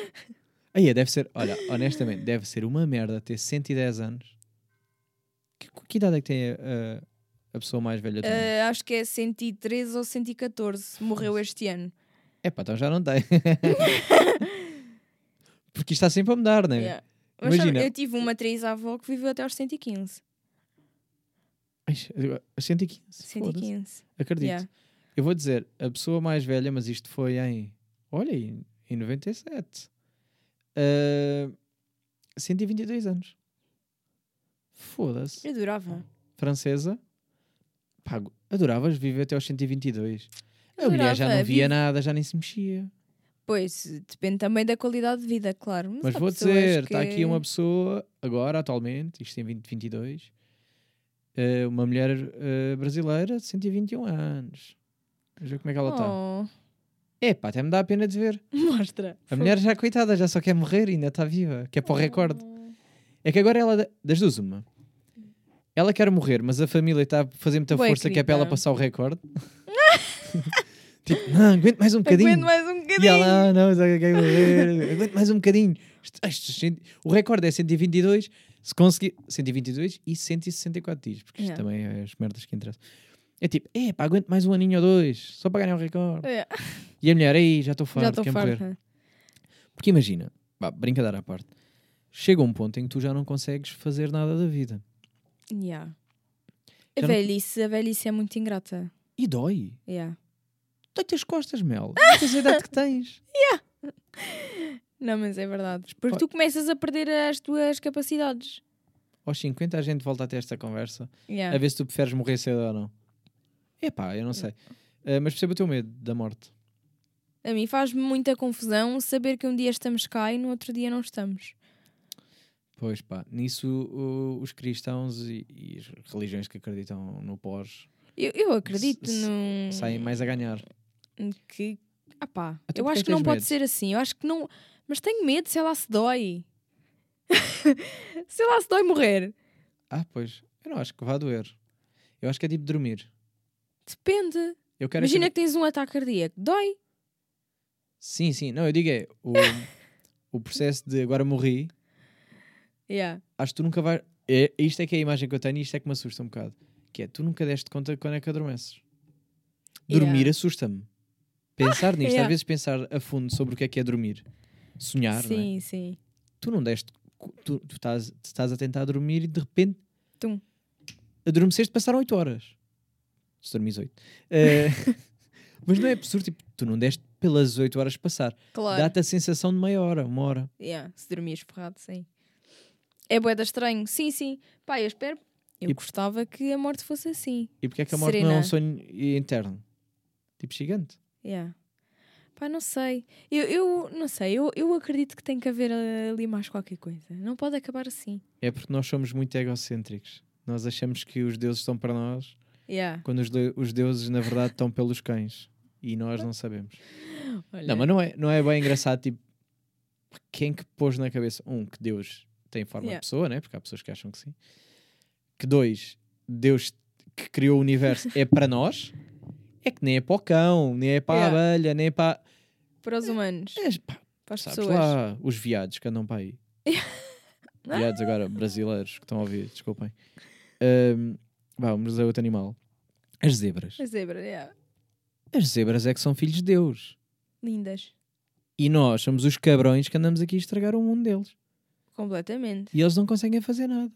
Aí é, deve ser, olha, honestamente, deve ser uma merda ter 110 anos. Que, que idade é que tem a, a- a pessoa mais velha do mundo? Eh, acho que é 113 ou 114, morreu este ano. Epá, então já não tem. Porque isto está sempre a mudar, não é? Yeah. Mas sabe, Imagina. eu tive uma atriz-avó que viveu até aos 115. Ai, eu- 115. foda-se. 115. Acredito. Yeah. Eu vou dizer, a pessoa mais velha, mas isto foi em. Olha, em, em 97. Ah, 122 anos. Foda-se. Eu durava. francesa, pá, go- adoravas viver até aos 122. A Adorava, mulher já não via vive- nada, já nem se mexia. Pois, depende também da qualidade de vida, claro. Mas há vou pessoas dizer, está que- aqui uma pessoa, agora, atualmente, isto em 2022, eh, uma mulher eh, brasileira de 121 anos. Veja como é que ela está. Oh, É pá, até me dá a pena de ver. Mostra. A mulher já, coitada, já só quer morrer e ainda está viva, que é para o recorde. Oh. É que agora ela, da- das duas, uma. Ela quer morrer, mas a família está a fazer muita Bué força que é para ela querida. passar o recorde. tipo, não, aguento mais um bocadinho. Aguento mais um bocadinho. E ela, ah, não, já quer morrer. aguento mais um bocadinho. Isto- ah, isto- cento- O recorde é 122, se conseguir. 122 e 164 dias, porque isto Yeah. também é as merdas que interessam. É tipo, é pá, aguento mais um aninho ou dois, só para ganhar o recorde. É, E a mulher, aí, já estou já farto, estou quer morrer. farta. Porque imagina, vá, brincadeira à parte, chega um ponto em que tu já não consegues fazer nada da vida. Yeah. Já não- A velhice, a velhice é muito ingrata. E dói. Yeah. Dói-te as costas, Mel. Tens a idade que tens. Não, mas é verdade. Porque Olha- tu começas a perder as tuas capacidades. Aos 50 a gente volta a ter esta conversa. A Yeah. ver se tu preferes Eh, morrer cedo ou não. Epá, eu não sei. Ah, mas percebo o teu medo da morte. A mim faz-me muita confusão saber que um dia estamos cá e no outro dia não estamos. Pois pá, nisso o- os cristãos e, e as religiões que acreditam no pós Eu, eu acredito Se- se- num. saem mais a ganhar. que. Ah pá, Então eu porquê acho que tens não pode medo? ser assim. Eu acho que não. Mas tenho medo se ela se dói. se ela se dói morrer. Ah, pois, eu não acho que vá doer. Eu acho que é tipo dormir. Depende. Eu quero é Imagina saber- que tens um ataque cardíaco. Dói. Sim, sim, não, eu digo é o, o processo de agora morri. Yeah. Acho que tu nunca vais. É, isto é que é a imagem que eu tenho e isto é que me assusta um bocado. Que é tu nunca deste conta quando é que adormeces. Dormir Yeah. assusta-me. Pensar nisto, yeah. às vezes pensar a fundo sobre o que é que é dormir. Sonhar, não é? sim, sim. tu não deste. cu- Tu, tu estás, tu estás a tentar dormir e de repente. Tum. Adormeceste, passaram 8 horas. Se dormis 8. mas não é absurdo, tipo, tu não deste pelas 8 horas passar. Claro. Dá-te a sensação de meia hora, uma hora. Yeah, se dormias ferrado, sim. É boeda estranho. Sim, sim. Pá, eu espero. Eu E- gostava que a morte fosse assim. E porque é que a morte não é Serena. um sonho interno? Tipo, gigante. Yeah. Pá, não sei. Eu, eu não sei. Eu, eu acredito que tem que haver eh, ali mais qualquer coisa. Não pode acabar assim. É porque nós somos muito egocêntricos. Nós achamos que os deuses estão para nós, Yeah. quando os, de- os deuses, na verdade, estão pelos cães. E nós não sabemos. Olha. Não, mas não é, não é bem engraçado, tipo, quem que pôs na cabeça, um, que Deus tem forma Yeah. de pessoa, né? Porque há pessoas que acham que sim. Que dois, Deus que criou o universo é para nós, é que nem é para o cão, nem é para Yeah. a abelha, nem é para. Para os humanos. É, pá, Para as sabes pessoas. lá, os viados que andam para aí. viados agora, brasileiros que estão a ouvir, desculpem. Ahm, vá, vamos a outro animal. As zebras. A zebra, yeah. As zebras é que são filhos de Deus. Lindas. E nós somos os cabrões que andamos aqui a estragar o mundo deles. Completamente. E eles não conseguem fazer nada.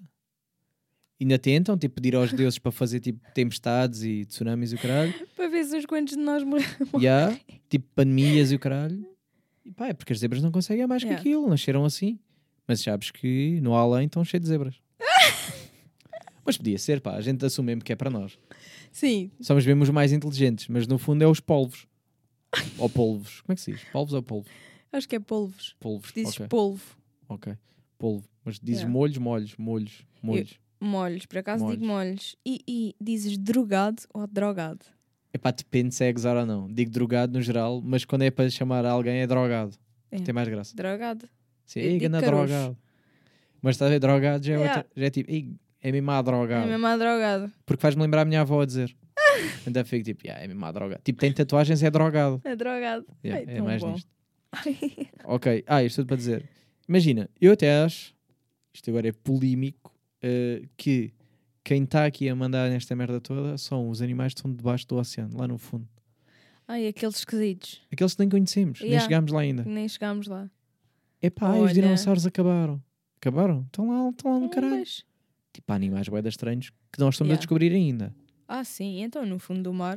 Ainda tentam, tipo, pedir aos deuses para fazer, tipo, tempestades e tsunamis e o caralho. Para ver se uns quantos de nós morreram. E há, tipo, pandemias e o caralho. E pá, é porque as zebras não conseguem mais Yeah. que aquilo. Nasceram assim. Mas sabes que no além estão cheio de zebras. mas podia ser, pá. A gente assume mesmo que é para nós. Sim. Somos mesmo os mais inteligentes. Mas no fundo é os polvos. ou polvos. Como é que se diz? Polvos ou polvos? Acho que é polvos. Polvos. Dizes ok. polvo. ok. Polvo. Mas dizes Yeah. molhos, molhos, molhos, molhos. Molhos. Por acaso digo molhos. E, e dizes drogado ou drogado? Epá, depende se é gozar ou não. Digo drogado no geral, mas quando é para chamar alguém é drogado. É. Tem mais graça. Drogado. Sim, Eu ei, digo ganda caroço. drogado. Mas estás a ver, drogado já é, Yeah. outra- já é tipo, ei, é mesmo a drogado. É mesmo a drogado. Porque faz-me lembrar a minha avó a dizer. então eu fico tipo, yeah, é mesmo a drogado. Tipo, tem tatuagens, é drogado. É drogado. Yeah, Ai, é tão mais bom. nisto. Ok, ah, isto tudo para dizer. Imagina, eu até acho, isto agora é polémico, eh, que quem está aqui a mandar nesta merda toda são os animais que estão debaixo do oceano, lá no fundo. Ai, aqueles esquisitos. Aqueles que nem conhecemos, nem Yeah. chegámos lá ainda. Nem chegámos lá. Epá, os Olha. dinossauros acabaram. Acabaram? Estão lá, estão lá no Não Um caralho. vejo. Tipo, há animais boedas estranhos que nós estamos a Yeah. descobrir ainda. Ah, sim. Então, no fundo do mar.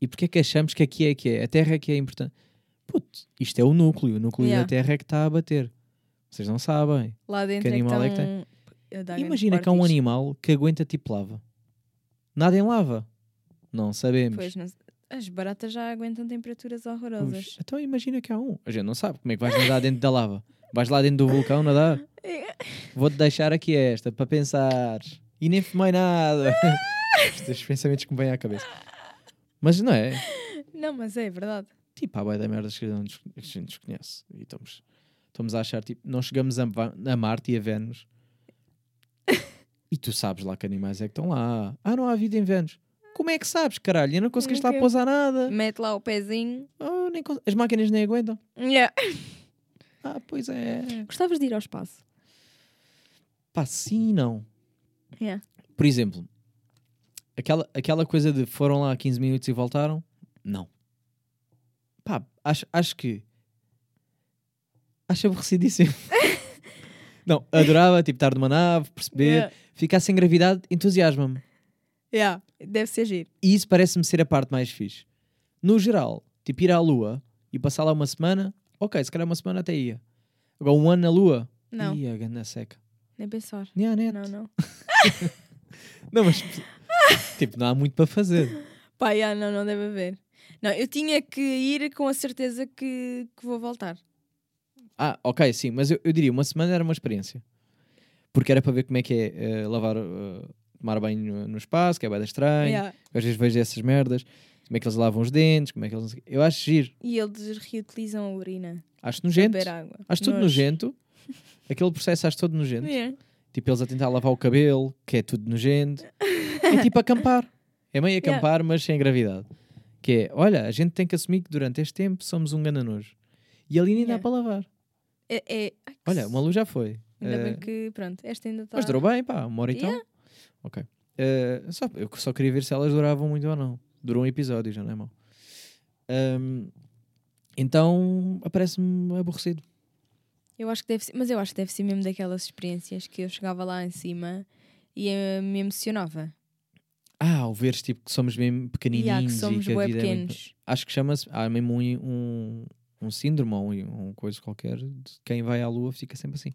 E porquê é que achamos que aqui é que é? A Terra é que é importante. Puto, isto é o núcleo. O núcleo Yeah. da Terra é que está a bater. Vocês não sabem. Lá dentro Que animal é é que tem? que tem? Imagina que há um animal que aguenta tipo lava. Nada em lava. Não sabemos. Pois, não... As baratas já aguentam temperaturas horrorosas. Ux, então imagina que há um. A gente não sabe como é que vais nadar dentro da lava. Vais lá dentro do vulcão nadar. É, Vou-te deixar aqui esta para pensar. E nem fumei nada. Estes pensamentos que me vêm à cabeça. Mas não é? Não, mas é verdade. Tipo, há boia da merda que a gente não- que a gente desconhece. E estamos, estamos a achar, tipo, nós chegamos a, Va- a Marte e a Vênus. E tu sabes lá que animais é que estão lá. Ah, não há vida em Vênus. Como é que sabes, caralho? E não conseguiste lá Nunca. pousar nada. Mete lá o pezinho. Oh, nem con- As máquinas nem aguentam. Yeah. Ah, pois é. Gostavas de ir ao espaço? Pá, sim e não. Yeah. Por exemplo, aquela, aquela coisa de foram lá 15 minutos e voltaram, não. Pá, acho, acho que. Acho aborrecidíssimo. não, adorava, tipo, estar numa nave, perceber, Yeah. ficar sem gravidade, entusiasma-me. Yeah. Deve ser giro. E isso parece-me ser a parte mais fixe. No geral, tipo, ir à Lua e passar lá uma semana, ok, se calhar uma semana até ia. Agora, um ano na Lua, Não, ia, ganda seca. né? nem pensar. Não, Não, não. não, mas. tipo, não há muito para fazer. Pá, yeah, não, não deve haver. Não, eu tinha que ir com a certeza que, que vou voltar. Ah, ok, sim, mas eu, eu diria uma semana era uma experiência. Porque era para ver como é que é eh, lavar, eh, tomar banho no, no espaço, que é bem estranho. Yeah. Às vezes vejo essas merdas, como é que eles lavam os dentes, como é que eles. não sei o quê. Eu acho giro, E eles reutilizam a urina acho para nojento. beber água. Acho tudo é Nojo. nojento. Aquele processo acho todo nojento. Yeah. Tipo, eles a tentar lavar o cabelo, que é tudo nojento. É tipo acampar. É meio Yeah. acampar, mas sem gravidade. Que é, olha, a gente tem que assumir que durante este tempo somos um gananojo. E ali nem dá Yeah. para lavar. É, é- ai, que Olha, uma luz já foi. Ainda Eh, bem que, pronto, esta ainda tá- está. Mas durou bem, pá, uma hora e tal. Yeah. Ok. Eh, só, eu só queria ver se elas duravam muito ou não. Durou um episódio, já não é mau. Ahm, então, aparece-me aborrecido. Eu acho que deve ser, mas eu acho que deve ser mesmo daquelas experiências que eu chegava lá em cima e eh, me emocionava. Ah, ao veres tipo que somos mesmo pequenininhos E há que e somos que a bué vida é muito- pequenos. acho que chama-se. Há mesmo um, um, um síndrome ou um, um coisa qualquer de quem vai à Lua fica sempre assim.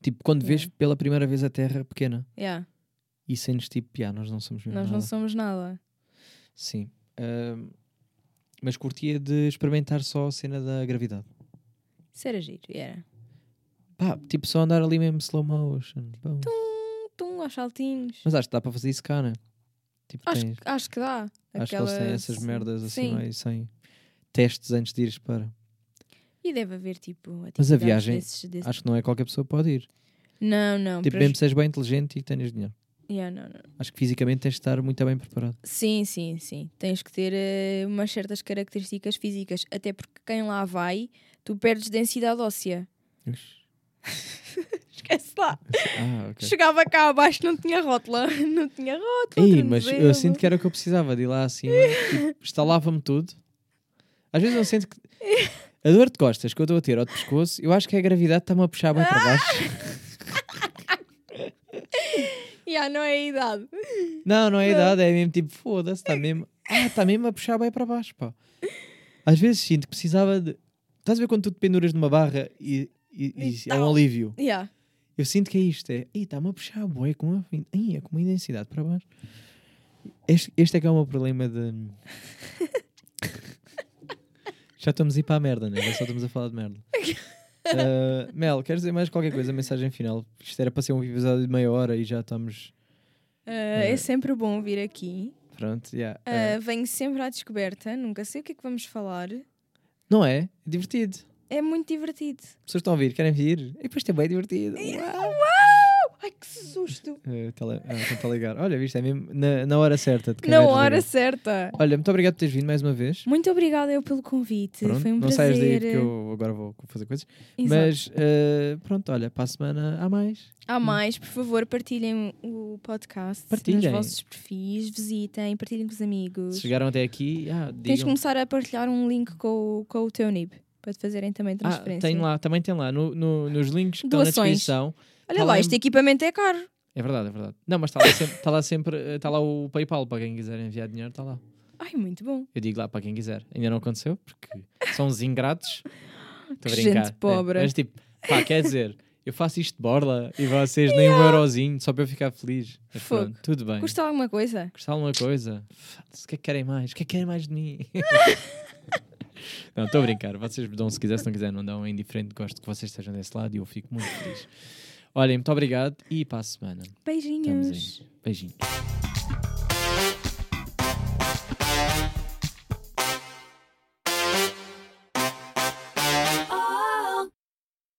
Tipo, quando vês pela primeira vez a Terra pequena Yeah, e sentes tipo, "Ya, nós não somos mesmo nós não nada." somos nada. Sim. Ahm, mas curtia de experimentar só a cena da gravidade. Isso era giro, era. Pá, tipo, só andar ali mesmo slow motion. Bom. Então, Tum, tum, aos saltinhos. Mas acho que dá para fazer isso cá, né? Tipo, Acho, tens- que- acho que dá. acho que eles têm Aquela- essas merdas assim, Sim. meio sem testes antes de ires para. E deve haver tipo. Mas a atividades viagem, desses- desse- Acho que não é qualquer pessoa que pode ir. Não, não. tipo, para- mesmo se és bem inteligente e que tenhas dinheiro. Yeah, não, não. Acho que fisicamente tens de estar muito bem preparado. Sim, sim, sim. Tens que ter eh, umas certas características físicas. Até porque quem lá vai, tu perdes densidade óssea. Esquece lá. Ah, ok. Chegava cá abaixo, não tinha rótula. Não tinha rótula. Ei, mas eu tornozelo. sinto que era o que eu precisava de ir lá acima. tipo, estalava-me tudo. Às vezes eu sinto que. A dor de costas que eu estou a ter ao de pescoço, eu acho que a gravidade está-me a puxar bem para baixo. Ya, não é a idade. Não, não é a idade, é mesmo tipo, foda-se, está mesmo. Ah, está mesmo a puxar bem para baixo, pá. Às vezes sinto que precisava de. Estás a ver quando tu te penduras numa barra e, e- e E é um tal. alívio? Ya. Eu sinto que é isto, é. Ih, está-me a puxar bué com uma, fin- Ih, é com uma intensidade para baixo. Este, este é que é o meu problema de. Já estamos a ir para a merda, né? Já só estamos a falar de merda. Ah, Mel, queres dizer mais qualquer coisa? Mensagem final. Isto era para ser um episódio de meia hora e já estamos. Ah, é sempre bom vir aqui. Pronto, yeah. Ah, Ah, venho sempre à descoberta. Nunca sei o que é que vamos falar. Não é? É divertido. É muito divertido. As pessoas estão a ouvir, querem vir. E depois também é divertido. Uau! Uau! Ai, que susto! Ah, tele... ah, estão-te a ligar. Olha, viste, é mesmo na, na hora certa. de quem Na vai desligar. hora certa. Olha, muito obrigado por teres vindo mais uma vez. Muito obrigada eu pelo convite. Pronto, Foi um não prazer. eh, saias daí porque eu agora vou fazer coisas. Exato. Mas eh, pronto, olha, para a semana há mais. Há mais, por favor, partilhem o podcast Partilhem. nos vossos perfis, visitem, partilhem com os amigos. Se chegaram até aqui, ah, Tens de digam. começar a partilhar um link com, o- com o teu NIB para te fazerem também Ah, transferência. tem lá, também tem lá, no, no- nos links que estão na Doações. descrição. Olha Tá lá, lá em- este equipamento é caro. É verdade, é verdade. Não, mas está lá sempre, está lá, sempre, eh, está lá o PayPal para quem quiser enviar dinheiro, está lá. Ai, muito bom. Eu digo lá para quem quiser. Ainda não aconteceu, porque são os ingratos. Estou a Que brincar. gente pobre. É, mas tipo, pá, quer dizer, eu faço isto de borla e vocês nem um eurozinho só para eu ficar feliz. Mas Fogo. pronto, tudo bem. Custa alguma coisa? Gostar alguma coisa? O que é que querem mais? O que é que querem mais de mim? não, estou a brincar. Vocês me dão se quiser, se não quiser, não dão. É indiferente. Gosto que vocês estejam desse lado e eu fico muito feliz. Olhem, muito obrigado e para a semana. Estamos Beijinhos. aí. Beijinhos.